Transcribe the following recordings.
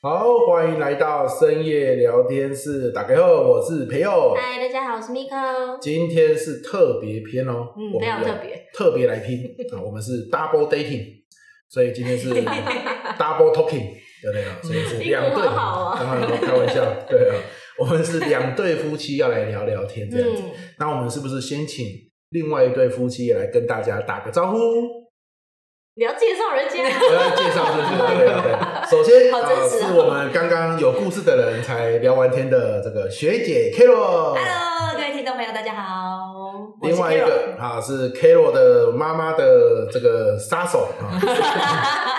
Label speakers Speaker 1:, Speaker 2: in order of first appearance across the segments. Speaker 1: 好，欢迎来到深夜聊天室。打开后，我是培佑。
Speaker 2: 嗨，大家好，我是 Miko。
Speaker 1: 今天是特别篇哦，
Speaker 2: 嗯
Speaker 1: 我们
Speaker 2: 非常
Speaker 1: 要
Speaker 2: 特别，
Speaker 1: 特别来 听啊。我们是 double dating，所以今天是 double talking，对不对啊？所以是两对，
Speaker 2: 英文好啊
Speaker 1: 当然开玩笑，对啊。我们是两对夫妻要来聊聊天这样子。
Speaker 2: 嗯，
Speaker 1: 那我们是不是先请另外一对夫妻也来跟大家打个招呼？
Speaker 2: 你要介绍人家，
Speaker 1: 我要介绍这是对对对。 首先，
Speaker 2: 好真
Speaker 1: 呃
Speaker 2: 实哦
Speaker 1: 是我们刚刚有故事的人才聊完天的这个学姐 Carol。
Speaker 2: Hello，各位听众朋友，大家好。我是
Speaker 1: 哦另外一
Speaker 2: Carol
Speaker 1: 个啊是 Carol 的妈妈的这个杀 手啊，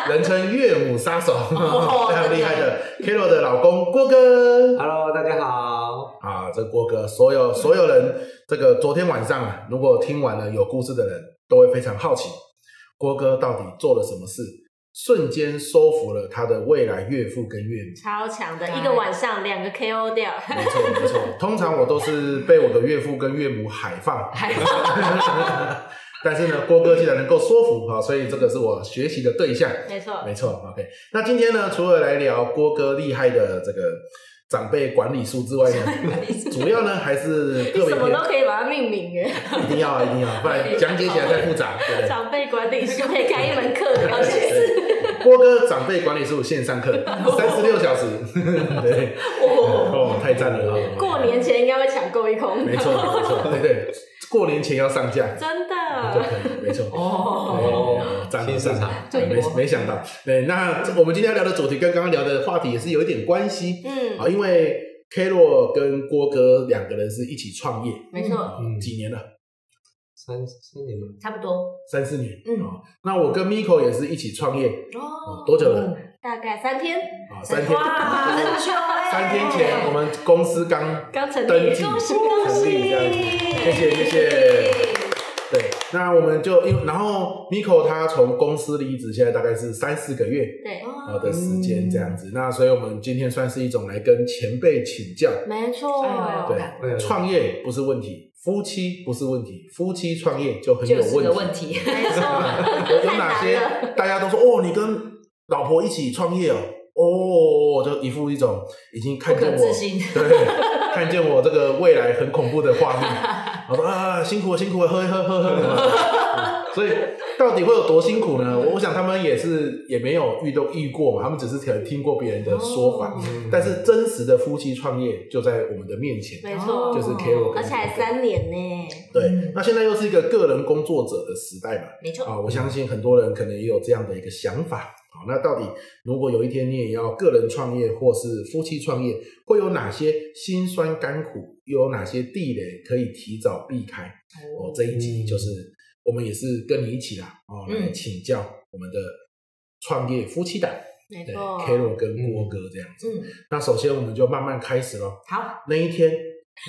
Speaker 1: 人称岳母杀手，
Speaker 2: 哦
Speaker 1: 非常厉害的 Carol 的老公郭哥
Speaker 3: Hello，大家好。
Speaker 1: 啊，这郭哥所 有所有人，这个昨天晚上啊，如果听完了有故事的人，都会非常好奇，郭哥到底做了什么事，瞬间收服了他的未来岳父跟岳母。
Speaker 2: 超强的，
Speaker 3: 对
Speaker 2: 一个晚上两个 KO 掉，
Speaker 1: 没错没错，通常我都是被我的岳父跟岳母海 放，
Speaker 2: 还
Speaker 1: 但是呢，郭哥既然能够说服啊，所以这个是我学习的对象。
Speaker 2: 没错，
Speaker 1: 没错，OK。那今天呢，除了来聊郭哥厉害的这个长辈管理术之外呢，主要呢还是
Speaker 2: 你
Speaker 1: 个别
Speaker 2: 什么
Speaker 1: 篇
Speaker 2: 都，可以把它命名耶。
Speaker 1: 一定要啊一定要，不然讲解起来太复杂。对不对
Speaker 2: 长辈管理是可以开一门课聊天室，
Speaker 1: 对郭哥长辈管理术线上课，三十六小时，对，
Speaker 2: 哦，
Speaker 1: 哦，太赞了啊！
Speaker 2: 过年前应该会抢购一空，
Speaker 1: 没错没错，对对，过年前要上架，
Speaker 2: 真
Speaker 1: 就
Speaker 2: 的
Speaker 1: 可以，没错。
Speaker 2: 哦，
Speaker 1: 哦，涨
Speaker 3: 新市场
Speaker 1: 对，没没想到。对，那我们今天要聊的主题跟刚刚聊的话题也是有一点关系
Speaker 2: 嗯，
Speaker 1: 啊，因为 K 洛跟郭哥两个人是一起创业，
Speaker 2: 没错，
Speaker 1: 嗯，几年了，
Speaker 3: 三三年吗？
Speaker 2: 差不多
Speaker 1: 三四年，
Speaker 2: 嗯
Speaker 1: 啊。那我跟 Miko 也是一起创业，
Speaker 2: 哦
Speaker 1: 啊，多久了？
Speaker 2: 嗯？大概 三天，
Speaker 1: 啊，三天，
Speaker 2: 哇，很久哎，
Speaker 1: 三天前我们公司刚
Speaker 2: 刚成
Speaker 1: 登
Speaker 2: 立，
Speaker 1: 记
Speaker 2: 恭喜恭
Speaker 1: 成立这
Speaker 2: 喜！
Speaker 1: 样子谢谢谢谢对，那我们就因为然后 Miko 他从公司离职，现在大概是三四个月。
Speaker 2: 对，
Speaker 1: 啊
Speaker 4: 哦
Speaker 1: 的时间这样子，那所以我们今天算是一种来跟前辈请教，
Speaker 2: 没错，
Speaker 4: 哎呦
Speaker 1: 对，创业不是问题，夫妻不是问题，夫妻创业就很有
Speaker 4: 就是个
Speaker 1: 问
Speaker 4: 问
Speaker 1: 题。
Speaker 4: 题。
Speaker 2: 没错，
Speaker 1: 有有
Speaker 2: 太
Speaker 1: 哪
Speaker 2: 难
Speaker 1: 些
Speaker 2: 了。
Speaker 1: 大家都说哦，你跟老婆一起创业哦，哦，就一副一种已经看见我
Speaker 4: 不可置信
Speaker 1: 对，看见我这个未来很恐怖的画面。我说啊，辛苦了，辛苦了，喝一喝喝一喝。嗯所以到底会有多辛苦呢？我我想他们也是也没有遇都遇过嘛，他们只是可能听过别人的说法，
Speaker 2: 哦
Speaker 3: 嗯
Speaker 1: 但是真实的夫妻创业就在我们的面前。
Speaker 2: 没错，
Speaker 1: 就是 Carol
Speaker 2: 而且还三年呢，
Speaker 1: 对
Speaker 4: 嗯，
Speaker 1: 那现在又是一个个人工作者的时代嘛，
Speaker 4: 没错，
Speaker 1: 啊，我相信很多人可能也有这样的一个想法。好，那到底如果有一天你也要个人创业或是夫妻创业，会有哪些辛酸甘苦，又有哪些地雷可以提早避开？哦，这一集就是我们也是跟你一起啦，哦，
Speaker 4: 嗯
Speaker 1: 来请教我们的创业夫妻档，
Speaker 2: 没
Speaker 1: 对
Speaker 2: 错，
Speaker 1: ，Carol 跟郭哥这样子。
Speaker 4: 嗯，
Speaker 1: 那首先我们就慢慢开始喽。
Speaker 4: 好，
Speaker 1: 那一天，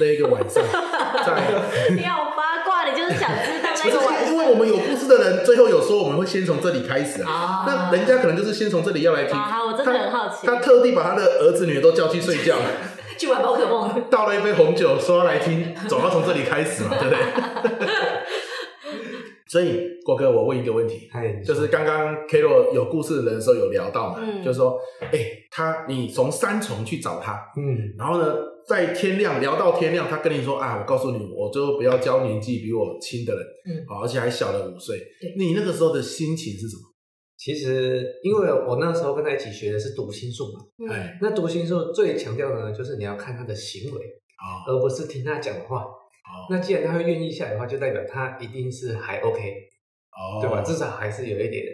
Speaker 1: 那一个晚上，在。
Speaker 2: 要八卦，你就是想 知道
Speaker 1: 不是
Speaker 2: 那个晚
Speaker 1: 因为我们有故事的人，最后有说我们会先从这里开始啊。
Speaker 4: 啊
Speaker 1: 那人家可能就是先从这里要来听，
Speaker 2: 啊， 好我真的很好奇，
Speaker 1: 他特地把他的儿子女儿都叫去睡觉，
Speaker 4: 去玩宝可梦，
Speaker 1: 倒了一杯红酒，说要来听，总要从这里开始嘛，对不对？所以郭哥，我问一个问题，
Speaker 3: 嗨，你
Speaker 1: 就
Speaker 3: 说
Speaker 1: 是刚刚 K 罗有故事的人的时候有聊到嘛，
Speaker 2: 嗯
Speaker 1: 就是说，哎、他你从三重去找他，
Speaker 3: 嗯，
Speaker 1: 然后呢，在天亮聊到天亮，他跟你说啊，我告诉你，我最后不要交年纪比我轻的人，
Speaker 4: 嗯
Speaker 1: 啊，而且还小了五岁
Speaker 4: 对。
Speaker 1: 你那个时候的心情是什么？
Speaker 3: 其实因为我那时候跟他一起学的是读心术嘛，
Speaker 2: 嗯
Speaker 1: 哎，
Speaker 3: 那读心术最强调的呢，就是你要看他的行为，
Speaker 1: 啊、
Speaker 3: 而不是听他讲的话。
Speaker 1: 哦
Speaker 3: 那既然他会愿意下来的话，就代表他一定是还 OK，
Speaker 1: 哦，
Speaker 3: 对吧？至少还是有一点意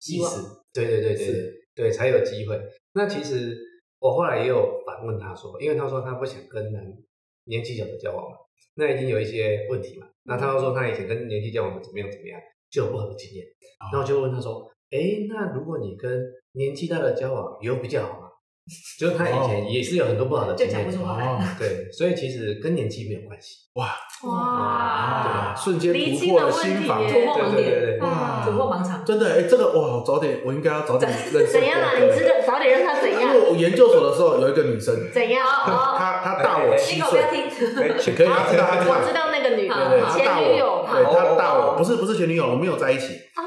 Speaker 4: 希望
Speaker 3: 思，对对对对对
Speaker 1: 是
Speaker 3: 对，才有机会。那其实我后来也有反问他说，因为他说他不想跟男年纪小的交往嘛，那已经有一些问题嘛。那
Speaker 4: 嗯
Speaker 3: 他又说他以前跟年纪交往的怎么样怎么样，就有不好的经验。
Speaker 1: 哦
Speaker 3: 那我就问他说，哎，那如果你跟年纪大的交往，有比较好吗？就是他以前也是有很多不好的经
Speaker 4: 哦就讲不出
Speaker 3: 验，
Speaker 4: 话
Speaker 1: 哦，
Speaker 3: 对，所以其实跟年纪没有关系。
Speaker 1: 啊，
Speaker 2: 哇，
Speaker 1: 瞬间
Speaker 2: 厘
Speaker 1: 突
Speaker 2: 清
Speaker 1: 破
Speaker 2: 的
Speaker 1: 了
Speaker 2: 问
Speaker 1: 心
Speaker 2: 题嗯
Speaker 1: 房，
Speaker 4: 突
Speaker 2: 耶，
Speaker 4: 破盲
Speaker 3: 对对对对
Speaker 4: 点，
Speaker 1: 哇
Speaker 4: 突破盲场，
Speaker 1: 真的哎、这个哇，早点我应该要早点认识
Speaker 2: 怎样啊？
Speaker 1: 郭哥
Speaker 2: 你知道早点让他怎
Speaker 1: 因
Speaker 2: 样？
Speaker 1: 为我研究所的时候有一个女生，
Speaker 2: 怎样？哦，
Speaker 1: 她她大我七
Speaker 4: 那个不
Speaker 1: 岁
Speaker 4: 要，听，
Speaker 1: 可以，她知道她知道
Speaker 2: 我知道那个女
Speaker 1: 对对，
Speaker 2: 的
Speaker 1: 她大
Speaker 2: 前女友
Speaker 1: 我，
Speaker 2: 嘛，
Speaker 1: 对她大
Speaker 3: 哦
Speaker 1: 我，不是不是前女友，我们没有在一起，
Speaker 2: 啊，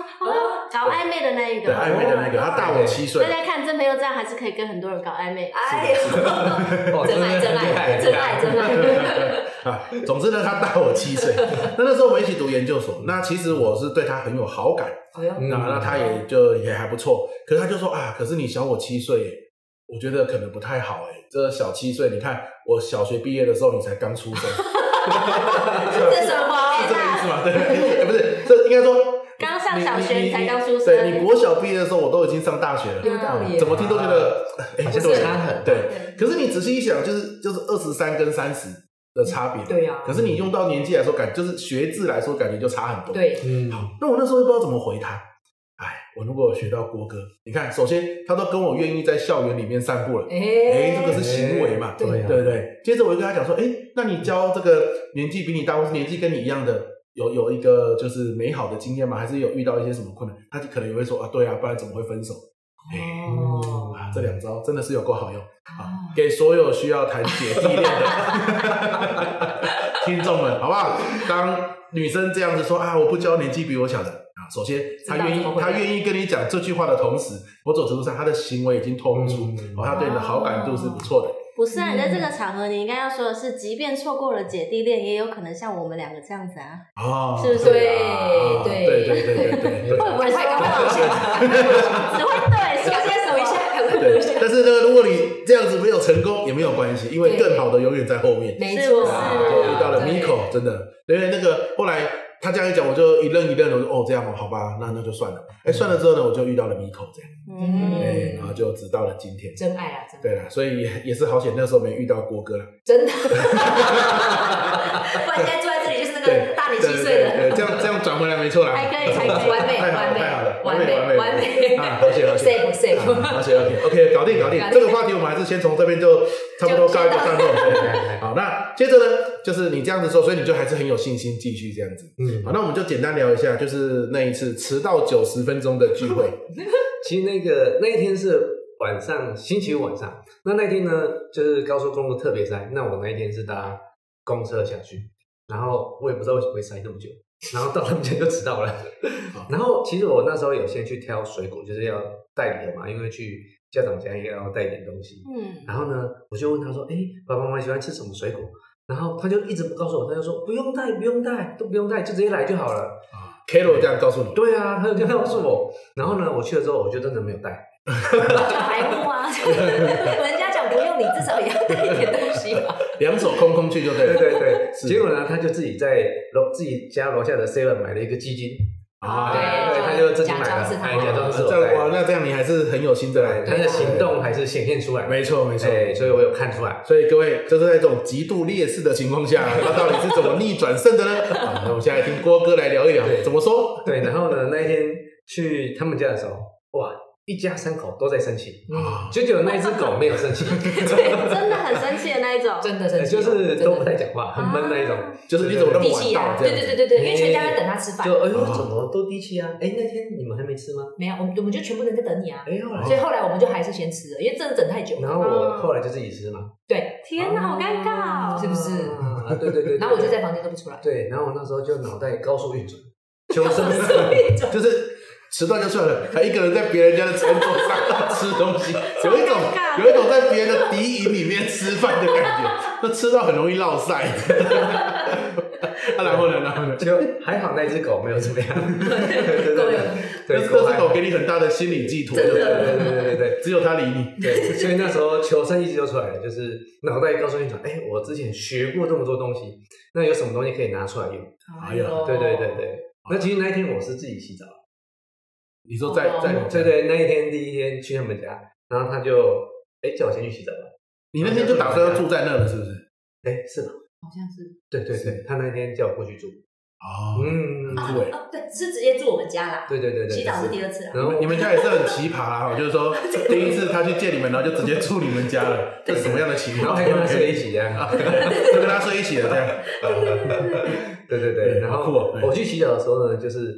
Speaker 2: 搞暧昧的那一
Speaker 1: 对
Speaker 2: 个，哦
Speaker 1: 暧昧的那个，他大我七岁
Speaker 2: 大，家看真朋友这样还是可以跟很多人搞暧昧。啊
Speaker 4: 哎呦，
Speaker 3: 哦
Speaker 4: 真爱真爱真爱真爱，
Speaker 1: 啊，总之呢，他大我七岁。那那时候我们一起读研究所，那其实我是对他很有好感，
Speaker 4: 哎呦，
Speaker 3: 嗯
Speaker 1: 那、
Speaker 2: 嗯
Speaker 1: 那他也就也还不错。可是他就说啊，可是你小我七岁耶，我觉得可能不太好哎。这小七岁，你看我小学毕业的时候，你才刚出生，
Speaker 4: 这什么
Speaker 1: 是这个意思吗？ 对，哎不是，这应该说
Speaker 2: 刚上小学
Speaker 1: 你
Speaker 2: 你才刚出生，
Speaker 1: 对你国小毕业的时候，我都已经上大学了，
Speaker 4: 有道理耶？
Speaker 1: 怎么听都觉得哎
Speaker 3: 好
Speaker 1: 不
Speaker 3: 像
Speaker 1: 对，
Speaker 3: 差很
Speaker 1: 对。
Speaker 2: 啊
Speaker 4: 对
Speaker 1: 可是你仔细一想，就是就是二十三跟三十的差别，
Speaker 4: 哎对啊呀
Speaker 1: 可是你用到年纪来说，感就是学制来说，感觉就差很多。，
Speaker 4: 对，
Speaker 3: 嗯，
Speaker 1: 那我那时候又不知道怎么回他。哎，我如果有学到郭哥，你看，首先他都跟我愿意在校园里面散步了，哎、
Speaker 4: 哎，
Speaker 1: 这个是行为嘛，
Speaker 4: 对
Speaker 1: 对啊
Speaker 3: 啊
Speaker 1: 不对？接着我就跟他讲说，哎，那你教这个年纪比你大或是年纪跟你一样的，有有一个就是美好的经验吗？还是有遇到一些什么困难？他可能也会说啊，对啊，不然怎么会分手？哎
Speaker 4: 哦，
Speaker 1: 啊，这两招真的是有够好用啊！给所有需要谈姐弟恋 的听众们，好不好？当女生这样子说啊，我不交年纪比我小的啊，首先她
Speaker 4: 知道
Speaker 1: 愿意
Speaker 4: 怎么，回答
Speaker 1: 她愿意跟你讲这句话的同时，某种程度上她的行为已经透露出
Speaker 3: 嗯
Speaker 1: 哦，她对你的好感度是不错的。
Speaker 2: 不是啊，你在这
Speaker 4: 嗯
Speaker 2: 个场合，你应该要说的是，即便错过了姐弟恋，也有可能像我们两个这样子啊。
Speaker 1: 哦，
Speaker 2: 是不是
Speaker 1: 啊
Speaker 4: 对
Speaker 1: 对对对
Speaker 4: 对
Speaker 1: 对对 对。
Speaker 2: 会不会说
Speaker 4: 快赶快往前，
Speaker 2: 只会对
Speaker 4: 首
Speaker 2: 说
Speaker 4: 先
Speaker 2: 些什
Speaker 4: 手
Speaker 2: 么？
Speaker 4: 一下，赶快
Speaker 1: 对
Speaker 4: 一下，，
Speaker 1: 但是呢，如果你这样子没有成功也没有关系，因为
Speaker 4: 对
Speaker 1: 更好的永远在后面。
Speaker 4: 没
Speaker 2: 是不
Speaker 4: 错，
Speaker 2: 是
Speaker 1: 啊，就遇到了
Speaker 4: 对
Speaker 1: Miko，真的，因为那个后来他这样一讲，我就一愣一愣的，我就哦这样哦，好吧，那那就算了。哎，算了之后呢，我就遇到了 Miko 这样，
Speaker 4: 嗯
Speaker 1: 哎，然后就直到了今天。
Speaker 4: 真爱啊，真爱
Speaker 1: 对啦，所以也也是好险，那时候没遇到郭哥啦。
Speaker 4: 真的，不然现在坐在这里就是那个大你
Speaker 1: 对
Speaker 4: 七
Speaker 1: 对对，
Speaker 4: 岁
Speaker 1: 对
Speaker 4: 的，
Speaker 1: 这样这样转回来没错啦。
Speaker 2: 还可以还可以
Speaker 4: 完美
Speaker 1: 太好
Speaker 4: 完
Speaker 1: 了
Speaker 4: 美
Speaker 1: 太好了，
Speaker 4: 完
Speaker 1: 美完
Speaker 4: 美完美
Speaker 1: 啊，而且而且。
Speaker 4: ，safe safe，
Speaker 1: 而且 OK OK，搞定搞定
Speaker 4: 搞，定
Speaker 1: 这个话题我们还是先从这边就差不多告一个段落。对
Speaker 3: 嗯
Speaker 1: 好，那接着呢，就是你这样子做，所以你就还是很有信心继续这样子。
Speaker 3: 嗯
Speaker 1: 好，那我们就简单聊一下，就是那一次迟到九十分钟的聚会。
Speaker 3: 其实那个那一天是晚上，星期五晚上。那那天呢，就是高速公路特别塞。那我那一天是搭公车下去，然后我也不知道为什么会塞那么久，然后到他们家就迟到了
Speaker 1: 好。
Speaker 3: 然后其实我那时候有先去挑水果，就是要带礼的嘛，因为去家长家也要带一点东西。
Speaker 2: 嗯，
Speaker 3: 然后呢，我就问他说：“哎，爸爸妈妈喜欢吃什么水果？”然后他就一直不告诉我，他就说：“不用带，不用带，都不用带，就直接来就好了。”
Speaker 1: k a r o 这样告诉你，
Speaker 3: 对啊，他就这样告诉我。然后呢，我去了之后，我就真的没有带。
Speaker 4: 讲白目 啊，人家讲不用你，至少也要带一点东西吧，
Speaker 1: 两手空空去就对
Speaker 3: 对
Speaker 1: 了。
Speaker 3: 对对，
Speaker 1: 是
Speaker 3: 结果呢，他就自己在楼自己家楼下的 Seven 买了一个鸡精，
Speaker 1: 啊
Speaker 4: 对
Speaker 3: 对，他就自己买
Speaker 4: 假
Speaker 3: 了
Speaker 4: 装是，他
Speaker 3: 哎，
Speaker 4: 买的
Speaker 3: 假装是我
Speaker 1: 这样哇，
Speaker 3: 带的，
Speaker 1: 那这样你还是很有心的
Speaker 3: 对，
Speaker 1: 啦。
Speaker 3: 他的行动还是显现出来，
Speaker 1: 没错没错。
Speaker 3: 哎，所以我有看出来。
Speaker 1: 所以各位，就是在这种极度劣势的情况下，他到底是怎么逆转胜的呢？啊，那我们现在听郭哥来聊一聊
Speaker 3: 对，
Speaker 1: 怎么说？
Speaker 3: 对，然后呢，那一天去他们家的时候，哇，一家三口都在生气，
Speaker 1: 啊，
Speaker 3: 就只有那一只狗没有生气，
Speaker 2: 真的很生气哦的那一种。
Speaker 4: 真的生气，
Speaker 3: 就是都不
Speaker 4: 哦真的
Speaker 3: 太讲话，很闷那一种。
Speaker 1: 就是你怎么那么
Speaker 4: 地
Speaker 1: 晚
Speaker 4: 气啊，
Speaker 1: 到这
Speaker 4: 对
Speaker 1: 样
Speaker 4: 对对
Speaker 1: 子？
Speaker 4: 对对，因为全家在等他吃饭
Speaker 3: 就，哎呦，怎么都低气啊？哎，那天你们还没吃吗？
Speaker 4: 没有，我们我们就全部人在等你啊，
Speaker 3: 哎，后来
Speaker 4: 所以后来我们就还是先吃了，因为真的等太久了，
Speaker 3: 然后我后来就自己吃嘛，
Speaker 4: 对，
Speaker 2: 天哪，好尴尬哦！
Speaker 4: 是不是
Speaker 3: 啊，对对对。
Speaker 4: 然后我就在房间都不出来，
Speaker 3: 对，然后我那时候就脑袋高速运 转，求生之道。
Speaker 4: 对
Speaker 1: 就是迟到就算了，还一个人在别人家的餐桌上吃东西，有一种
Speaker 2: 超尴尬
Speaker 1: 有一种在别人的敌营里面吃饭的感觉，那吃到很容易落塞。 啊，然后呢，然后呢？
Speaker 3: 就还好那只狗没有怎么样， 对对
Speaker 4: 够
Speaker 3: 对
Speaker 4: 了，
Speaker 1: 但
Speaker 3: 对，
Speaker 1: 是那
Speaker 3: 还
Speaker 1: 只狗给你很大的心理寄托，
Speaker 3: 对对
Speaker 1: 对不
Speaker 3: 对
Speaker 1: 对
Speaker 3: 对对对对
Speaker 1: 只有它理你。
Speaker 3: 对，所以那时候求生意志就出来了，就是脑袋告诉你讲，哎，我之前学过这么多东西，那有什么东西可以拿出来用？
Speaker 1: 哎呀
Speaker 3: 对对对，对。那其实那一天我是自己洗澡，
Speaker 1: 你说在在
Speaker 4: 哦
Speaker 3: 对对，那一天第一天去他们家，然后他就哎叫我先去洗澡吧，
Speaker 1: 你那天就打算要住在那了，是不是？
Speaker 3: 哎是吧？
Speaker 4: 好像是，
Speaker 3: 对对对，他那天叫我过去住，
Speaker 1: 哦，
Speaker 3: 嗯，
Speaker 1: 很酷哎。
Speaker 4: 啊对，是直接住我们家啦，
Speaker 3: 对对对对，
Speaker 4: 洗澡是第二次啦，啊
Speaker 3: 然
Speaker 1: 你
Speaker 3: 后
Speaker 1: 们你们家也是很奇葩啊，就是说第一次他去见你们，然后就直接住你们家了，这是什么样的情
Speaker 3: 然后
Speaker 1: 况？
Speaker 3: 还跟他睡一起呀、啊。
Speaker 1: 就跟他睡一起了这样。
Speaker 3: 对
Speaker 1: 对
Speaker 3: 对对，然
Speaker 1: 好酷哦
Speaker 3: 后
Speaker 1: 对
Speaker 3: 我去洗澡的时候呢，就是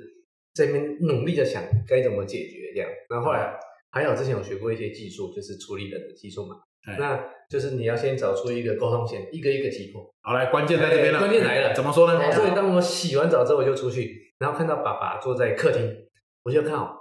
Speaker 3: 这边努力的想该怎么解决这样。然后后来还好之前有学过一些技术，就是处理人的技术嘛
Speaker 1: 哎。
Speaker 3: 那就是你要先找出一个沟通线，一个一个击破。
Speaker 1: 好，来，关键在这边了，
Speaker 3: 哎关键来了
Speaker 1: 怎么说呢？
Speaker 4: 来了
Speaker 3: 所以当我洗完澡之后，我就出去，然后看到爸爸坐在客厅，我就看好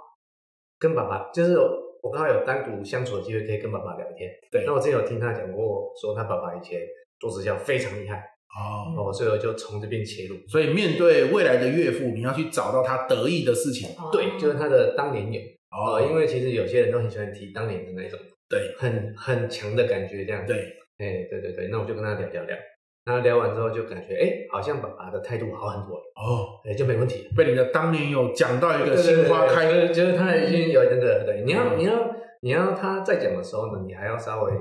Speaker 3: 跟爸爸，就是我刚好有单独相处的机会，可以跟爸爸聊天。
Speaker 1: 对
Speaker 3: 那我之前有听他讲过，说他爸爸以前做直销非常厉害，
Speaker 1: 哦。
Speaker 3: 哦，所以我就从这边切入。
Speaker 1: 所以面对未来的岳父，你要去找到他得意的事情
Speaker 4: 哦
Speaker 3: 对，就是他的当年有
Speaker 1: 哦
Speaker 3: 哦，因为其实有些人都很喜欢提当年的那一种，
Speaker 1: 对
Speaker 3: 很很强的感觉这样。，
Speaker 1: 对
Speaker 3: 哎，对对对，那我就跟他聊聊聊，那聊完之后就感觉，哎，好像爸爸的态度好很多了，
Speaker 1: 哦，
Speaker 3: 哎，就没问题了。
Speaker 1: 被你的当年有讲到一
Speaker 3: 对
Speaker 1: 个
Speaker 3: 对对
Speaker 1: 心花
Speaker 3: 对
Speaker 1: 开，
Speaker 3: 就是就是他已经有那个对，你要
Speaker 1: 嗯
Speaker 3: 你要你要他在讲的时候呢，你还要稍微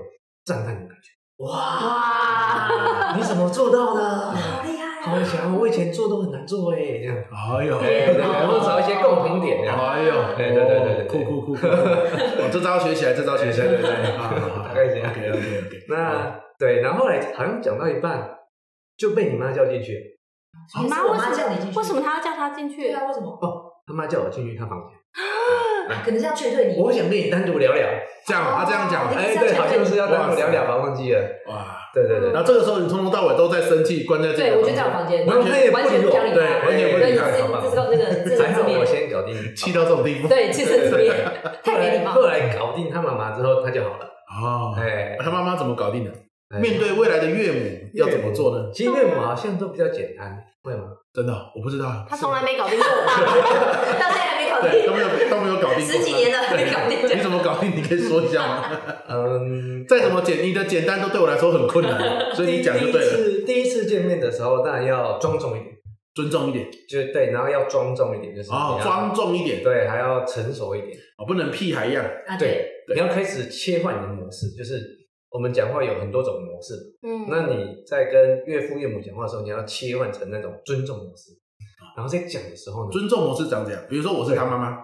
Speaker 3: 赞叹的感觉，哇，
Speaker 4: 哇，
Speaker 3: 你怎么做到的？
Speaker 4: 好厉害
Speaker 3: 好
Speaker 4: 啊！
Speaker 3: 强，我以前做都很难做哎，这样。
Speaker 1: 哎呦，
Speaker 3: 对对对，我们找一些共同点这样。
Speaker 1: 哎呦，
Speaker 3: 对对对对对对
Speaker 1: 酷酷酷酷酷，哦，这招学起来，这招学起来，
Speaker 3: 对对对对
Speaker 1: 啊，
Speaker 3: 大概是这样
Speaker 1: OK OK OK，哦
Speaker 3: 那对，然后后来好像讲到一半就被你妈叫进去，
Speaker 2: 你妈
Speaker 4: 是我
Speaker 2: 为
Speaker 4: 妈
Speaker 2: 什
Speaker 4: 叫你进
Speaker 2: 么
Speaker 4: 去
Speaker 2: 为什么她要叫他进去
Speaker 4: 对？啊，为什么？
Speaker 3: 她妈叫我进去她房间，
Speaker 4: 可能是要劝退你。
Speaker 3: 我想跟你单独聊聊。
Speaker 1: 这样他这样讲，
Speaker 4: 哦
Speaker 1: 哎，
Speaker 3: 哎，对，好像是要单独聊聊吧，忘记了。
Speaker 1: 哇，
Speaker 3: 对对对，
Speaker 4: 嗯
Speaker 1: 然后这个时候你从头到尾都在生气，关在自己的
Speaker 4: 对，我
Speaker 1: 房
Speaker 4: 就
Speaker 1: 间
Speaker 4: 在我房间，
Speaker 1: 完全
Speaker 4: 完全不想理
Speaker 1: 对完
Speaker 4: 他，
Speaker 1: 全不理他
Speaker 4: 对
Speaker 3: 好吧
Speaker 4: 自自告这个自
Speaker 3: 还
Speaker 4: 自
Speaker 3: 好我
Speaker 4: 灭，
Speaker 3: 先搞 定你。
Speaker 1: 气到这种地步，
Speaker 4: 对，自生自灭，太没礼貌
Speaker 3: 后。来搞定她妈妈之后，她就好了。
Speaker 1: 哦，
Speaker 3: 哎，
Speaker 1: 他妈妈怎么搞定的？
Speaker 3: 哎
Speaker 1: 面对未来的岳母要怎么做呢？
Speaker 3: 其实岳母好像都比较简单，会吗？
Speaker 1: 真的哦我不知道，
Speaker 2: 他从来没搞定过我爸 爸。
Speaker 4: 到现在还没搞
Speaker 1: 对
Speaker 4: 定，
Speaker 1: 都没有都没有搞定过，
Speaker 4: 十几年了还没搞定
Speaker 1: 对你怎么搞定？你可以说一下吗？
Speaker 3: 嗯，
Speaker 1: 再怎么简，你的简单都对我来说很困 难，所以你讲就对
Speaker 3: 第一
Speaker 1: 了，
Speaker 3: 次第一次见面的时候，当然要庄重一点，
Speaker 1: 尊重一点，
Speaker 3: 就是对，然后要庄重一点，就是
Speaker 1: 哦，
Speaker 3: 你要
Speaker 1: 庄重一点，
Speaker 3: 对，还要成熟一点。
Speaker 1: 哦，不能屁孩一样，
Speaker 4: 啊，对，
Speaker 1: 对
Speaker 3: 你要开始切换你的模式，就是我们讲话有很多种模式，
Speaker 2: 嗯，
Speaker 3: 那你在跟岳父岳母讲话的时候，你要切换成那种尊重模式，然后在讲的时候呢，
Speaker 1: 啊尊重模式长这样。比如说我是他妈妈，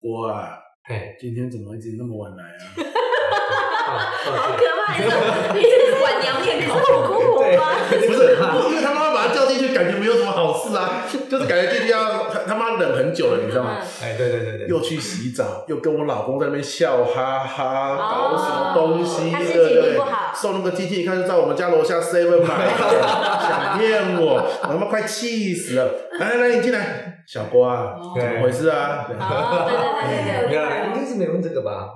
Speaker 1: 我啊，
Speaker 3: 哎，
Speaker 1: 今天怎么一直那么晚来啊？
Speaker 3: 好啊
Speaker 2: 好可怕！你这
Speaker 4: 啊
Speaker 2: 你这是晚娘 面孔，我姑
Speaker 3: 对
Speaker 2: 婆
Speaker 3: 啊
Speaker 2: 吗？
Speaker 1: 不是，因为他妈妈把他叫进去，感觉没有什么好事啊，就是感觉进去要他他妈忍很久了，你知道吗？
Speaker 3: 哎，对对对对，
Speaker 1: 又去洗澡，又跟我老公在那边笑哈哈，搞什么东西，
Speaker 2: 哦他心
Speaker 1: 对
Speaker 2: 情
Speaker 1: 不
Speaker 2: 一定
Speaker 1: 对
Speaker 2: 不？好。
Speaker 1: 送那个鸡精，一看就在我们家楼下 seven 买的，想骗我，我他妈快气死了！来来来，你进来，小瓜，
Speaker 4: 哦
Speaker 1: 怎么回事啊？对
Speaker 2: 哦，对对对对 对，
Speaker 3: 没有啦，
Speaker 1: 啊
Speaker 3: 应该是没问这个吧？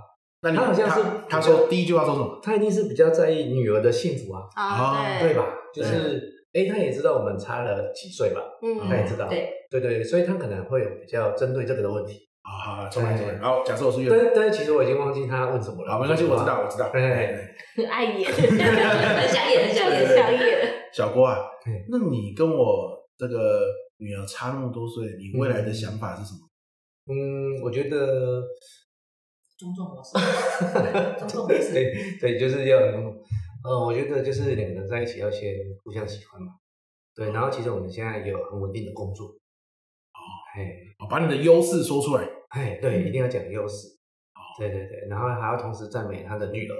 Speaker 1: 那你
Speaker 3: 他好像是
Speaker 1: 他他说第一句话说什么？
Speaker 3: 他一定是比较在意女儿的幸福啊，
Speaker 2: 啊
Speaker 3: 对
Speaker 2: 对，
Speaker 3: 吧？就是，哎，他也知道我们差了几岁吧，
Speaker 1: 哎
Speaker 3: 他也
Speaker 2: 嗯，
Speaker 3: 知道，
Speaker 4: 对
Speaker 3: 对对，所以他可能会有比较针对这个的问题。
Speaker 1: 啊，好好，重来重来。然后假设我是岳
Speaker 3: 但
Speaker 1: 母，
Speaker 3: 是但是其实我已经忘记他问什么了，
Speaker 1: 好，没关系，我知。道，我知道。
Speaker 3: 哎
Speaker 2: 爱 演，
Speaker 4: 很想演，很想
Speaker 2: 就是
Speaker 4: 演。
Speaker 2: 想演。
Speaker 1: 小郭啊
Speaker 3: 嗯，
Speaker 1: 那你跟我这个女儿差那么多岁，你未来的想法是什么？
Speaker 3: 嗯，我觉得
Speaker 4: 种种模式，种种模 式，
Speaker 3: 对对，就是要有那种，呃，我觉得就是两个人在一起要先互相喜欢嘛。对，然后其实我们现在也有很稳定的工作。哦，哎
Speaker 1: 哦把你的优势说出来。
Speaker 3: 哎，对，一定要讲优势。对对对，然后还要同时赞美他的女儿，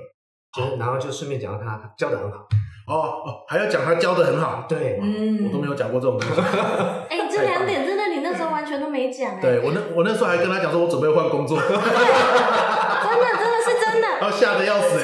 Speaker 3: 就是然后就顺便讲到他教的很好。
Speaker 1: 哦哦，还要讲她教的很好，
Speaker 3: 对，
Speaker 4: 嗯
Speaker 1: 我都没有讲过这种东西。
Speaker 2: 哎，这两点真的，你那时候完全都没讲哎。
Speaker 1: 对我那我那时候还跟她讲说，我准备换工 作，
Speaker 2: 哎真的真的是真的。
Speaker 1: 然后吓得要死。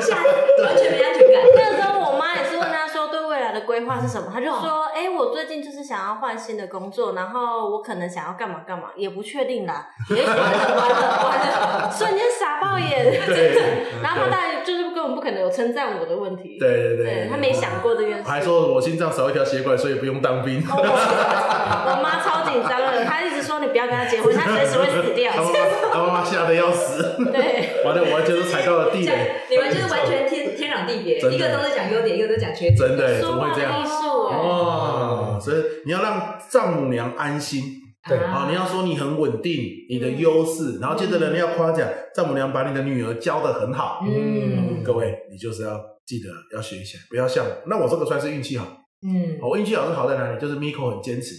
Speaker 4: 吓人，完全没安全感。
Speaker 2: 那时候我妈也是问他说对未来的规划是什么，他就说：“
Speaker 1: 嗯
Speaker 2: 哎、我最近就是想要换新的工作，然后我可能想要干嘛干嘛，也不确定啦。”也许完了 完了完了，瞬间傻爆眼。
Speaker 1: 嗯对
Speaker 2: 然后他当然就是根本不可能有称赞我的问题，
Speaker 1: 对对
Speaker 2: 对他没想过这件
Speaker 1: 还
Speaker 2: 事。
Speaker 1: 说我心脏少一条血管，所以不用当兵。
Speaker 2: 哦我妈超紧张的，她一直说你不要跟他结婚，他随时会死掉
Speaker 1: 他。妈妈，他妈妈吓得要死，
Speaker 2: 对，
Speaker 1: 完了，我完全是踩到了地
Speaker 4: 讲
Speaker 1: 雷，
Speaker 4: 你们就是完全天天壤地别，
Speaker 1: 真的
Speaker 4: 一个都是讲优点，一个都是讲缺点。
Speaker 1: 真的怎
Speaker 2: 说
Speaker 1: 么
Speaker 2: 话
Speaker 1: 会
Speaker 2: 的
Speaker 1: 这样？
Speaker 2: 艺术哎。
Speaker 1: 哦，所以你要让丈母娘安心
Speaker 3: 对
Speaker 1: 啊、
Speaker 4: 啊
Speaker 1: 你要说你很稳定，你的优势，然后接着人家夸奖丈母娘把你的女儿教得很好。
Speaker 4: 嗯
Speaker 1: 各位，你就是要记得要学起来，不要像我。那我这个算是运气好，
Speaker 4: 嗯，
Speaker 1: 我运气好是好在哪里？就是 Miko 很坚持，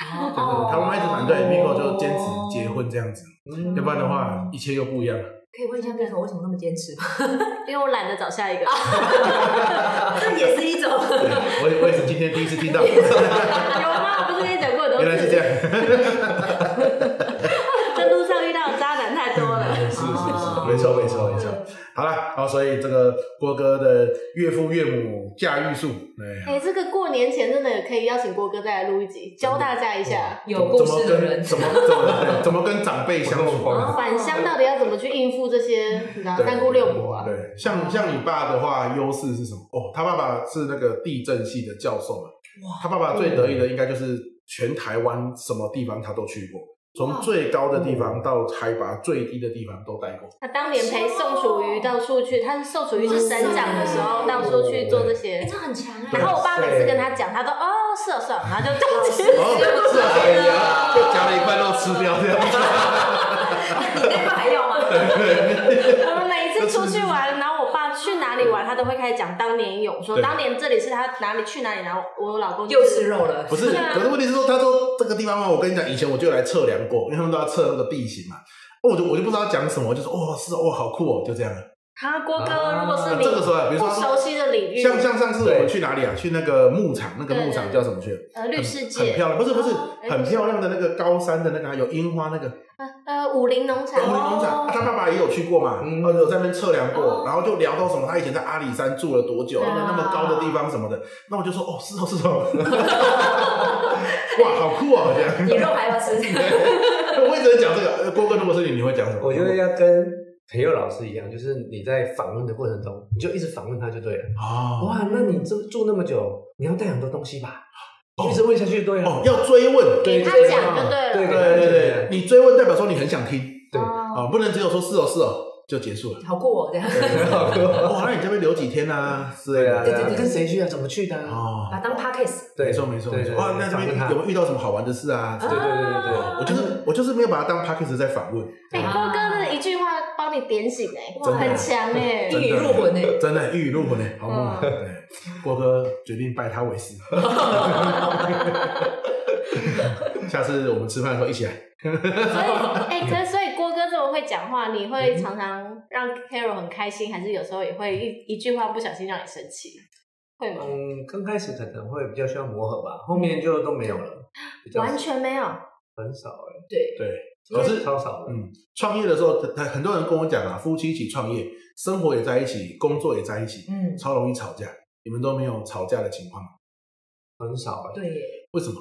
Speaker 4: 哦
Speaker 1: 他妈妈一直反对，Miko 就坚持结婚这样子，
Speaker 3: 嗯
Speaker 1: 要不然的话一切又不一样了。
Speaker 4: 可以问一下贝壳为什么那么坚持吗？
Speaker 2: 因为我懒得找下一个，
Speaker 4: 这也是一种。
Speaker 1: 对我 也我也是今天第一次听到，
Speaker 2: 有吗？我不是跟你讲过很 多
Speaker 1: 原来
Speaker 2: 次
Speaker 1: 是这，样，
Speaker 2: 在路上遇到的渣男太多了。
Speaker 1: 是是是
Speaker 4: 哦
Speaker 1: 没错没错没错。好啦，好，所以这个郭哥的岳父岳母驾驭术，哎，
Speaker 2: 哎、这个过年前真的可以邀请郭哥再来录一集，教大家一下
Speaker 1: 怎
Speaker 4: 有
Speaker 1: 么
Speaker 4: 故
Speaker 1: 怎么
Speaker 4: 事的
Speaker 1: 跟
Speaker 4: 人，哦
Speaker 1: 怎么怎么怎么跟长辈相处
Speaker 3: 我跟我朋友
Speaker 2: 返乡到底要怎么去应付这些你知道
Speaker 1: 对
Speaker 2: 三姑六婆啊？
Speaker 1: 对，像像你爸的话，优势是什么？哦，他爸爸是那个地震系的教授嘛。他爸爸最得意的应该就是全台湾什么地方他都去过，从最高的地方到海拔最低的地方都待过。
Speaker 2: 他当年陪宋楚瑜到处去，他是宋楚瑜是省长的时候，
Speaker 4: 哇塞
Speaker 2: 到处去做这些
Speaker 4: 哎，。这很强哎
Speaker 1: 啊
Speaker 2: 然后我爸每次跟他讲，他都哦是哦是哦，然后就到处
Speaker 1: 哦，是啊，哎呀，就夹了一块肉吃掉这样子。
Speaker 4: 你那块还要吗？
Speaker 2: 我们每一次出去玩，然后我爸去哪里玩，他都会开始讲当年勇，说
Speaker 1: 对
Speaker 2: 当年这里是他哪里去哪里，然后我老公
Speaker 4: 又吃肉了，
Speaker 1: 不是，可是问题是说，他说这个地方嘛，我跟你讲，以前我就来测量过，因为他们都要测那个地形嘛。哦，我就我就不知道讲什么，我就说哦是哦好酷哦，就这样了。
Speaker 2: 他郭哥，
Speaker 3: 啊
Speaker 2: 如果是
Speaker 1: 那
Speaker 2: 你
Speaker 1: 这个时候啊，比如
Speaker 2: 不
Speaker 1: 说他说
Speaker 2: 熟悉的领域，
Speaker 1: 像像上次我们去哪里啊？去那个牧场，那个牧场叫什么去？
Speaker 2: 呃绿世
Speaker 1: 很
Speaker 2: 界，
Speaker 1: 漂亮，不是不是
Speaker 2: 哦，哎
Speaker 1: 很漂亮的那个高山的那个啊，有樱花那个
Speaker 2: 呃呃武林农场，
Speaker 1: 高山工厂，啊他爸爸也有去过嘛，
Speaker 3: 嗯
Speaker 1: 然后有在那边测量过
Speaker 2: 哦，
Speaker 1: 然后就聊到什么，他以前在阿里山住了多久，
Speaker 2: 啊
Speaker 1: 那那么高的地方什么的，那我就说哦，是哦是哦， 哇，好酷哦，这样。
Speaker 4: 你肉还要吃。
Speaker 1: 我也只能讲这个，呃郭哥，如果是你，你会讲什么？
Speaker 3: 我觉得要跟培佑老师一样，就是你在访问的过程中，你就一直访问他就对了。
Speaker 1: 哦
Speaker 3: 哇，那你住住那么久，你要带很多东西吧？
Speaker 1: 哦
Speaker 3: 一直问下去就对了。
Speaker 1: 哦，要追问，
Speaker 2: 给他
Speaker 3: 对
Speaker 2: 讲就对了。
Speaker 3: 对
Speaker 1: 对对对，你追问代表说你很想听
Speaker 3: 对
Speaker 1: 啊，
Speaker 2: 哦
Speaker 1: 哦不能只有说是哦是哦就结束了。
Speaker 4: 好酷哦，这样
Speaker 1: 哇，哦那你这边留几天啊？之类
Speaker 3: 对啊，
Speaker 1: 的。
Speaker 3: 对
Speaker 4: 对
Speaker 3: 啊
Speaker 4: 对对
Speaker 3: 你跟谁去啊？怎么去的啊？
Speaker 1: 哦
Speaker 4: 把它，当 podcast，
Speaker 1: 没错没错没
Speaker 3: 对
Speaker 1: 错。
Speaker 3: 对对
Speaker 1: 哇，那这边
Speaker 3: 访问他
Speaker 1: 有没有遇到什么好玩的事啊？
Speaker 3: 对对对对对
Speaker 4: 啊
Speaker 1: 我就是我就是没有把它当 podcast 在访问，
Speaker 2: 哎，郭哥的一句话帮你点醒哎，
Speaker 1: 真的
Speaker 2: 很强 哎
Speaker 4: 一。啊语入魂呢。
Speaker 1: 真的玉语入魂呢，好猛啊！
Speaker 2: 嗯
Speaker 1: 对，郭哥决定拜他为 师，下次我们吃饭的时候一起来。
Speaker 2: 所以哎，可是所以郭哥这么会讲话，你会常常让 Carol 很开心，还是有时候也会一一句话不小心让你生气？会吗？
Speaker 3: 嗯，刚开始可能会比较需要磨合吧，后面就都没有了，比较
Speaker 2: 完全没有，
Speaker 3: 很少哎、
Speaker 4: 对，
Speaker 1: 对，可
Speaker 3: 欸，
Speaker 1: 是
Speaker 3: 超少的。
Speaker 1: 嗯，创业的时候，很很多人跟我讲啊，夫妻一起创业，生活也在一起，工作也在一起，
Speaker 4: 嗯，
Speaker 1: 超容易吵架。你们都没有吵架的情况吗？
Speaker 3: 很少哎、
Speaker 4: 对耶，
Speaker 1: 为什么？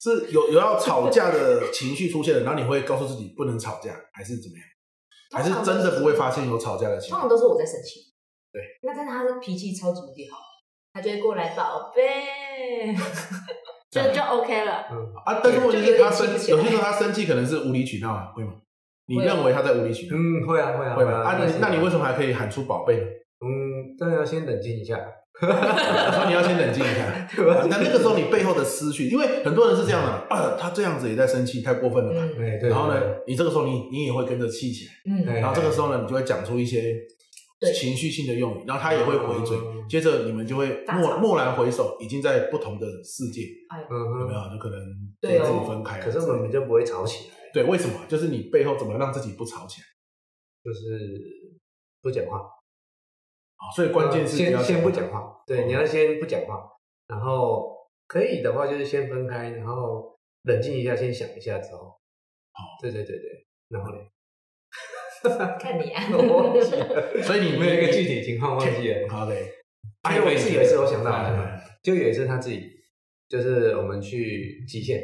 Speaker 1: 是有有要吵架的情绪出现了，然后你会告诉自己不能吵架，还是怎么样？还是真的不会发现有吵架的情
Speaker 4: 通
Speaker 1: 况？
Speaker 4: 常都是我在生气。
Speaker 1: 对，
Speaker 4: 那但是他的脾气超级无敌好，他就会过来宝贝，
Speaker 1: 这
Speaker 2: 就
Speaker 1: 样
Speaker 2: 就 OK 了。
Speaker 3: 嗯，
Speaker 1: 啊，但是问题是他生，
Speaker 4: 就有点气不起来
Speaker 1: 有些时候他生气可能是无理取闹啊，会吗？你
Speaker 4: 会
Speaker 1: 认为他在无理取闹，
Speaker 3: 嗯，会啊会啊
Speaker 1: 会吧？啊，
Speaker 3: 但
Speaker 1: 那
Speaker 3: 是
Speaker 1: 那你为什么还可以喊出宝贝呢？
Speaker 3: 嗯，当然要先冷静 一下，
Speaker 1: 我说你要先冷静一下。
Speaker 3: 对吧？
Speaker 1: 啊那那个时候你背后的思绪，因为很多人是这样的啊，他这样子也在生气，太过分了吧？
Speaker 4: 嗯
Speaker 3: 哎 对，
Speaker 1: 然后呢，你这个时候你你也会跟着气起来。
Speaker 4: 嗯，
Speaker 1: 然后这个时候呢，你就会讲出一些
Speaker 4: 对
Speaker 1: 情绪性的用语，然后他也会回嘴，
Speaker 3: 嗯
Speaker 1: 接着你们就会
Speaker 4: 大
Speaker 1: 蓦
Speaker 4: 吵
Speaker 1: 蓦然回首，已经在不同的世界，有
Speaker 3: 嗯
Speaker 1: 没
Speaker 3: 哼，
Speaker 1: 有？就可能
Speaker 4: 对
Speaker 1: 跟
Speaker 4: 哦
Speaker 1: 自己分开啊之
Speaker 3: 可
Speaker 1: 类的。
Speaker 3: 是我们就不会吵起来，
Speaker 1: 对，为什么？就是你背后怎么让自己不吵起来
Speaker 3: 就是不讲话。
Speaker 1: 啊？所以关键是
Speaker 3: 先
Speaker 1: 要哦
Speaker 3: 先不讲话，对，你要先不讲话，然后可以的话就是先分开，然后冷静一下，先想一下之后，
Speaker 1: 哦
Speaker 3: 对对对对，然后嘞，
Speaker 4: 看你 啊，
Speaker 3: 我
Speaker 1: 哦
Speaker 3: 忘记 了，
Speaker 1: 所以你
Speaker 3: 没有一个具体情况忘记了。
Speaker 1: 好嘞，
Speaker 3: 还有一次，有一次我想到
Speaker 1: 哎
Speaker 3: 了，就有一次他自己，就是我们去极限，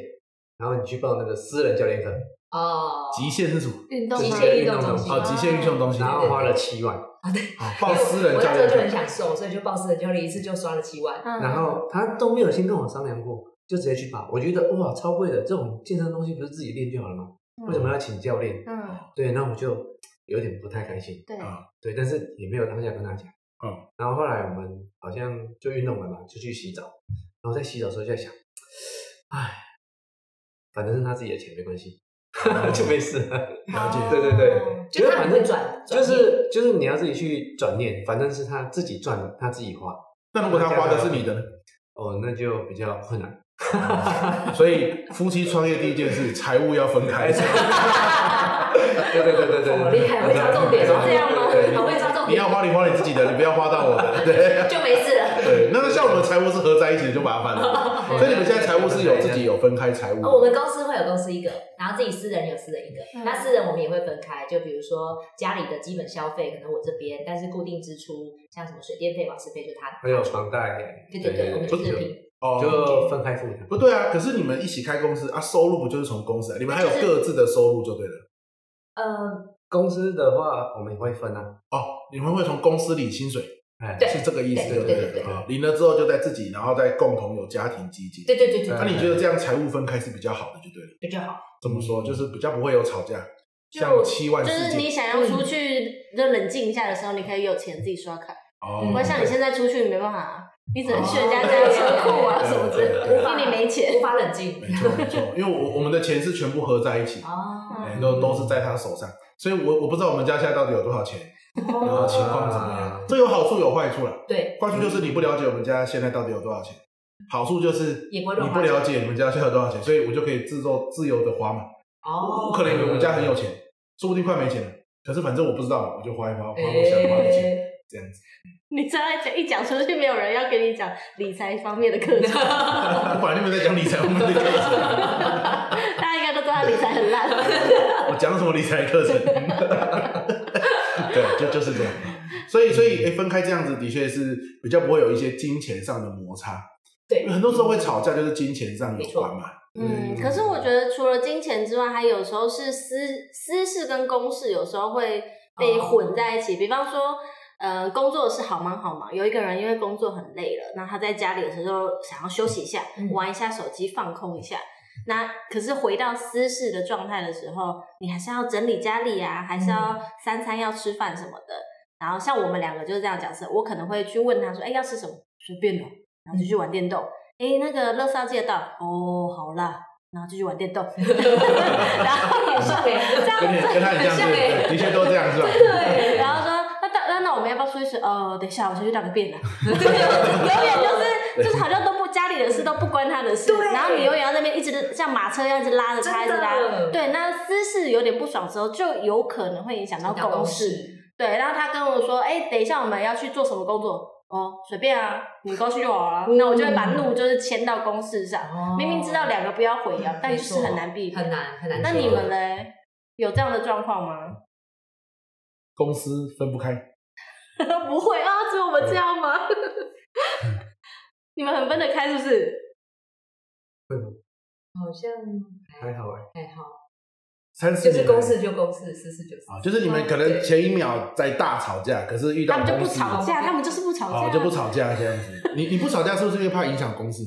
Speaker 3: 然后你去报那个私人教练课，
Speaker 4: 哦，
Speaker 1: 极限是什么？
Speaker 2: 运动
Speaker 4: 极
Speaker 2: 吗
Speaker 3: 就是
Speaker 4: 限运动中
Speaker 3: 极
Speaker 4: 心
Speaker 1: 哦，极限运动中心，
Speaker 3: 然后花了七万，
Speaker 4: 啊， 对，
Speaker 1: 好报私人
Speaker 4: 我
Speaker 1: 教
Speaker 4: 那时候
Speaker 1: 练
Speaker 4: 就很
Speaker 1: 课，
Speaker 4: 想瘦，所以就报私人教练，一次就刷了七万。
Speaker 2: 嗯
Speaker 3: 然后他都没有先跟我商量过，就直接去报，我觉得哇，超贵的，这种健身的东西不是自己练就好了吗？为什么要请教练？
Speaker 2: 嗯
Speaker 3: 对，那我就有点不太开心，
Speaker 2: 对
Speaker 1: 啊
Speaker 3: 对，但是也没有当下跟他讲，
Speaker 1: 嗯，
Speaker 3: 然后后来我们好像就运动完嘛，就去洗澡，然后在洗澡的时候就在想，唉，反正是他自己的钱没关系， 就没事了，
Speaker 1: 了
Speaker 2: 哦
Speaker 1: 解
Speaker 3: 对对对。
Speaker 4: 就他
Speaker 3: 反
Speaker 4: 很会
Speaker 3: 正
Speaker 4: 转，
Speaker 3: 就
Speaker 4: 转念
Speaker 3: 是就是你要自己去转念，反正是他自己赚的，他自己花，
Speaker 1: 那如果他花的是你的呢？
Speaker 3: 哦，那就比较困难。
Speaker 1: 所以夫妻创业第一件事，财务要分开。
Speaker 3: 对对对对对，
Speaker 4: 好厉害，会抓重点哦，
Speaker 2: 这样吗
Speaker 4: 好会抓重
Speaker 1: 你
Speaker 4: 点
Speaker 1: 要，花你花你自己的，你不要花到我 的。对
Speaker 4: 就没事了。
Speaker 1: 对，那像我们财务是合在一起的就麻烦 了。所以你们现在财务是有自己有分开财务的。
Speaker 4: 哦，我们公司会有公司一个，然后自己私人有私人一个。
Speaker 2: 嗯
Speaker 4: 那私人我们也会分开，就比如说家里的基本消费，可能我这边，但是固定支出像什么水电费、瓦斯费，就他。
Speaker 3: 还有床贷，
Speaker 4: 对对对，我们就是平。
Speaker 1: 哦
Speaker 3: 就分开付的。
Speaker 1: 不对啊，可是你们一起开公司啊，收入不就是从公司来？你们还有各自的收入就对了。
Speaker 4: 嗯，
Speaker 3: 公司的话，我们也会分啊，
Speaker 1: 哦，你们会从公司领薪水，
Speaker 3: 哎，
Speaker 4: 对
Speaker 1: 是这个意思
Speaker 4: 对
Speaker 1: 不
Speaker 4: 对对对
Speaker 1: 啊，领了之后就在自己，然后再共同有家庭基金。
Speaker 4: 对对对对
Speaker 1: 那
Speaker 4: 对，
Speaker 1: 你觉得这样财务分开是比较好的，就对了。
Speaker 4: 这就好。
Speaker 1: 怎么说？就是比较不会有吵架，
Speaker 2: 就
Speaker 1: 像七万
Speaker 2: 就
Speaker 1: 世
Speaker 2: 是你
Speaker 1: 界
Speaker 2: 想要出去就冷静一下的时候，你可以有钱自己刷卡，
Speaker 1: 哦
Speaker 2: 不会像你现在出去你没办法啊，你只能去人家
Speaker 4: 哦
Speaker 2: 家有车库啊
Speaker 1: 对
Speaker 2: 什么之类的，
Speaker 1: 对对
Speaker 2: 因为你没钱。
Speaker 4: 无法冷静。
Speaker 1: 没错没错，因为我我们的钱是全部合在一起，
Speaker 4: 哦，
Speaker 1: 哎都都是在他手上，所以我我不知道我们家现在到底有多少钱，
Speaker 4: 哦
Speaker 1: 然后情况怎么样。这有好处有坏处了，
Speaker 4: 对，
Speaker 1: 坏处就是你不了解我们家现在到底有多少钱，好处就是
Speaker 4: 也
Speaker 1: 你
Speaker 4: 不会乱花
Speaker 1: 不了解你们家现在有多少钱，所以我就可以自由自由的花嘛。我
Speaker 4: 哦，
Speaker 1: 可能以为我们家很有钱，说不定快没钱了，可是反正我不知道嘛，我就花一花，花我想花的钱，
Speaker 4: 哎
Speaker 1: 这样子。
Speaker 2: 你这样讲一讲出去，没有人要跟你讲理财方面的课 程，
Speaker 1: 我本来就没在讲理财，我们的课程，
Speaker 2: 大家应该都知道他理财很烂。
Speaker 1: 我讲什么理财课程？ 对，就就是这样。所
Speaker 2: 嗯
Speaker 1: 以，所以、诶分开这样子的确是比较不会有一些金钱上的摩擦。
Speaker 4: 对
Speaker 1: 因为很多时候会吵架，就是金钱上有关嘛。
Speaker 2: 嗯，可是我觉得除了金钱之外，还有时候是私私事跟公事，有时候会被混在一起。比方说，呃，工作是好忙好忙，有一个人因为工作很累了，那他在家里的时候想要休息一下，
Speaker 4: 嗯
Speaker 2: 玩一下手机，放空一下。那可是回到私事的状态的时候，你还是要整理家里啊，还是要三餐要吃饭什么的。然后像我们两个就是这样角色，我可能会去问他说：“哎、要吃什么？随便的。”然后就去玩电动。哎、那个乐少借到哦，好啦，然后就去玩 电动。然后
Speaker 4: 也算哎，
Speaker 2: 这样
Speaker 1: 跟你
Speaker 2: 子
Speaker 1: 跟他很像，
Speaker 4: 像
Speaker 1: 对，
Speaker 4: 欸
Speaker 1: 的确都这样是吧？
Speaker 2: 对，然后说那到那那我们要不要出去吃？哦，等一下，我先去大个便啦。
Speaker 4: 对
Speaker 2: 永远就是就是好像都不家里的事都不关他的事，
Speaker 4: 对
Speaker 2: 然后你永远要那边一直像马车一样一直拉着他，一直拉
Speaker 4: 真的。
Speaker 2: 对，那私事有点不爽的时候，就有可能会影响到公事。，对，然后他跟我说，哎、等一下我们要去做什么工作？哦，随便啊，你高兴就好了。那我就会把怒就是牵到公事上，明明知道两个不要混淆，但是很难避免。
Speaker 4: 哦很难很难。
Speaker 2: 那你们嘞，有这样的状况吗？
Speaker 1: 公司分不开，
Speaker 2: 不会啊，只有我们这样吗？你们很分得开是不是？
Speaker 4: 好像
Speaker 3: 还好哎，
Speaker 4: 还好，
Speaker 1: 三四
Speaker 4: 就
Speaker 1: 年
Speaker 4: 是
Speaker 1: 来
Speaker 4: 公事就公事，私事就私事。
Speaker 1: 啊，就是你们可能前一秒在大吵架，可是遇到
Speaker 2: 嗯他们就不
Speaker 1: 公司
Speaker 2: 吵架，他们就是不吵
Speaker 1: 哦
Speaker 2: 架，
Speaker 1: 就不吵架这样子。你你不吵架是不是因为怕影响公司？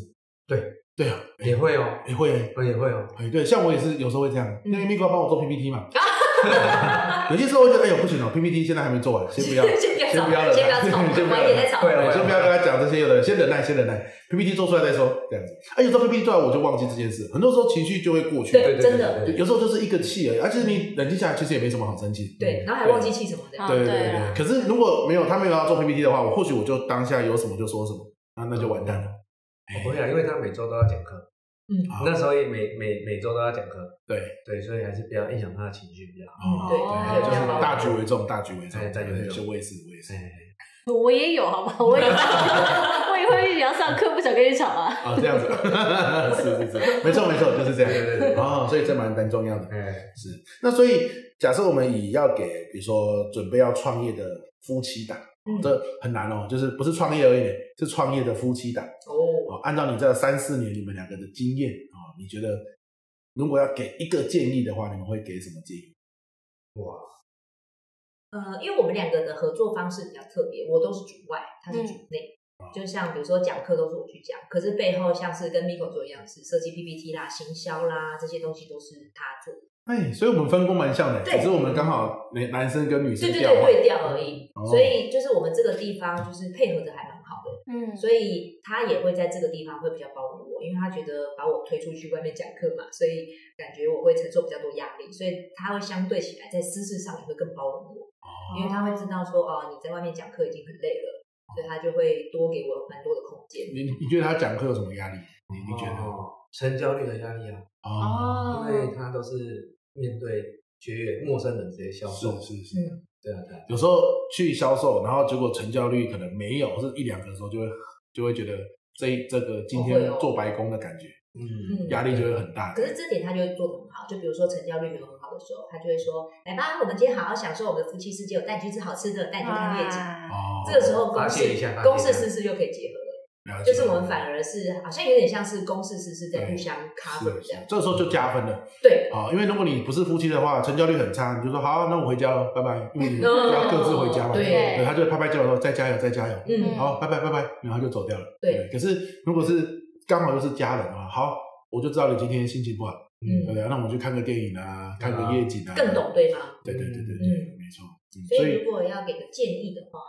Speaker 3: 对
Speaker 1: 对啊，哎
Speaker 3: 也会哦，
Speaker 1: 也会欸
Speaker 3: 我也会哦，
Speaker 1: 哎，对，像我也是有时候会这样，
Speaker 4: 嗯
Speaker 1: 因为蜜瓜帮我做 PPT 嘛，有些时候会觉得哎呦不行哦，PPT 现在还没做完，先 不要，
Speaker 4: 先不要
Speaker 1: 先不要
Speaker 4: 吵，
Speaker 1: 了
Speaker 4: 先
Speaker 1: 先不要了
Speaker 4: 不要吵，晚一点再吵。
Speaker 3: 会
Speaker 1: 对，先不要跟他讲这些，有的人先忍耐，先忍耐，PPT 做出来再说，这样子。哎，有时候 PPT 做完我就忘记这件事，很多时候情绪就会过去，
Speaker 4: 对
Speaker 3: 对
Speaker 4: 真
Speaker 3: 对
Speaker 4: 的
Speaker 3: 对对，
Speaker 1: 有时候就是一个气而已，而且你冷静下来，其实也没什么好生气，
Speaker 4: 对，然后还忘记气什么的。
Speaker 1: 对对
Speaker 2: 对啊
Speaker 1: 对
Speaker 2: 啦
Speaker 1: 可是如果没有他没有要做 PPT 的话，我或许我就当下有什么就说什么，那那就完蛋了。哎
Speaker 3: 我不会啊，因为他每周都要讲课，
Speaker 4: 嗯，
Speaker 1: 好
Speaker 3: 那时候也每每每周都要讲课，
Speaker 1: 对，
Speaker 3: 对，所以还是不要影响他的情绪比较好。
Speaker 1: 哦
Speaker 4: 嗯对
Speaker 1: 对，就是大局为重，大局为重
Speaker 3: 哎，大局为重
Speaker 1: 就我也是，我也是。
Speaker 3: 哎，
Speaker 2: 我也有，好不好？我也我也会也要上课，不想跟你吵啊。
Speaker 1: 啊，这样子， 是是是，没错没错，就是这
Speaker 3: 对
Speaker 1: 样。
Speaker 3: 对对，
Speaker 1: 哦，所以这蛮蛮重要的。
Speaker 3: 哎，
Speaker 1: 是，那所以假设我们以要给，比如说准备要创业的夫妻档，
Speaker 4: 嗯
Speaker 1: 这很难哦，就是不是创业而已，是创业的夫妻档。
Speaker 4: 哦，
Speaker 1: 哦，按照你这三四年你们两个的经验啊、哦，你觉得如果要给一个建议的话，你们会给什么建议？
Speaker 3: 哇，
Speaker 4: 呃，因为我们两个的合作方式比较特别，我都是主外，他是主内。
Speaker 1: 嗯
Speaker 4: 就像比如说讲课都是我去讲，可是背后像是跟 Miko 做一样，是设计 PPT 啦、行销啦这些东西都是他做。
Speaker 1: 哎，所以我们分工蛮像的，
Speaker 4: 对
Speaker 1: 只是我们刚好男男生跟女生
Speaker 4: 对对
Speaker 1: 调
Speaker 4: 对，
Speaker 1: 换。
Speaker 4: 对调而已
Speaker 1: 哦。
Speaker 4: 所以就是我们这个地方就是配合的还蛮好的，
Speaker 2: 嗯，
Speaker 4: 所以他也会在这个地方会比较包容我，因为他觉得把我推出去外面讲课嘛，所以感觉我会承受比较多压力，所以他会相对起来在私事上也会更包容我。
Speaker 1: 哦
Speaker 4: 因为他会知道说，哦，你在外面讲课已经很累了，所以他就会多给我蛮多的空间。
Speaker 1: 你你觉得他讲课有什么压力？你你觉得？
Speaker 3: 哦成交率的压力啊，
Speaker 1: 哦，
Speaker 3: 因为它都是面对学员、陌生人直接销
Speaker 4: 哦
Speaker 3: 售
Speaker 1: 是，是是，
Speaker 3: 对啊对啊，
Speaker 1: 有时候去销售，然后结果成交率可能没有，或是一两个的时候，就会就会觉得这一这个今
Speaker 4: 哦会
Speaker 1: 天
Speaker 4: 哦
Speaker 1: 做白工的感觉，
Speaker 3: 嗯，
Speaker 1: 压力就会很大。
Speaker 4: 可是这点他就会做得很好，就比如说成交率没有很好的时候，他就会说：“来吧，我们今天好好享受我们的夫妻世界，我带你去吃好吃的，带你去看夜景。
Speaker 2: 啊
Speaker 1: 哦，
Speaker 4: 这个时候
Speaker 3: 发
Speaker 4: 公
Speaker 3: 泄一下发泄一下
Speaker 4: 式公式私事就可以结合了，
Speaker 1: 了解
Speaker 4: 就是我们反而是好像有点像是公式私事在互相 cover
Speaker 1: 是
Speaker 4: 这样
Speaker 1: 是。这个时候就加分了
Speaker 4: 对，
Speaker 1: 啊，因为如果你不是夫妻的话，成交率很差，你就说好，那我回家了，拜拜， 因为你们就要各自回家嘛。
Speaker 4: 哦对
Speaker 1: 对，他就拍拍肩膀说再加油，再加油，
Speaker 4: 嗯，
Speaker 1: 好，拜拜拜拜，然后就走掉了。
Speaker 4: 对，
Speaker 1: 可是如果是刚好又是家人的话，好，我就知道你今天心情不好，对不
Speaker 4: 嗯，
Speaker 1: 对？那我们去看个电影啊，看个夜景啊，
Speaker 4: 更懂对方。
Speaker 1: 对对对对
Speaker 4: 嗯
Speaker 1: 对，没错。嗯
Speaker 4: 所
Speaker 1: 所
Speaker 4: 以
Speaker 1: 以
Speaker 4: 如果要给个建议的话，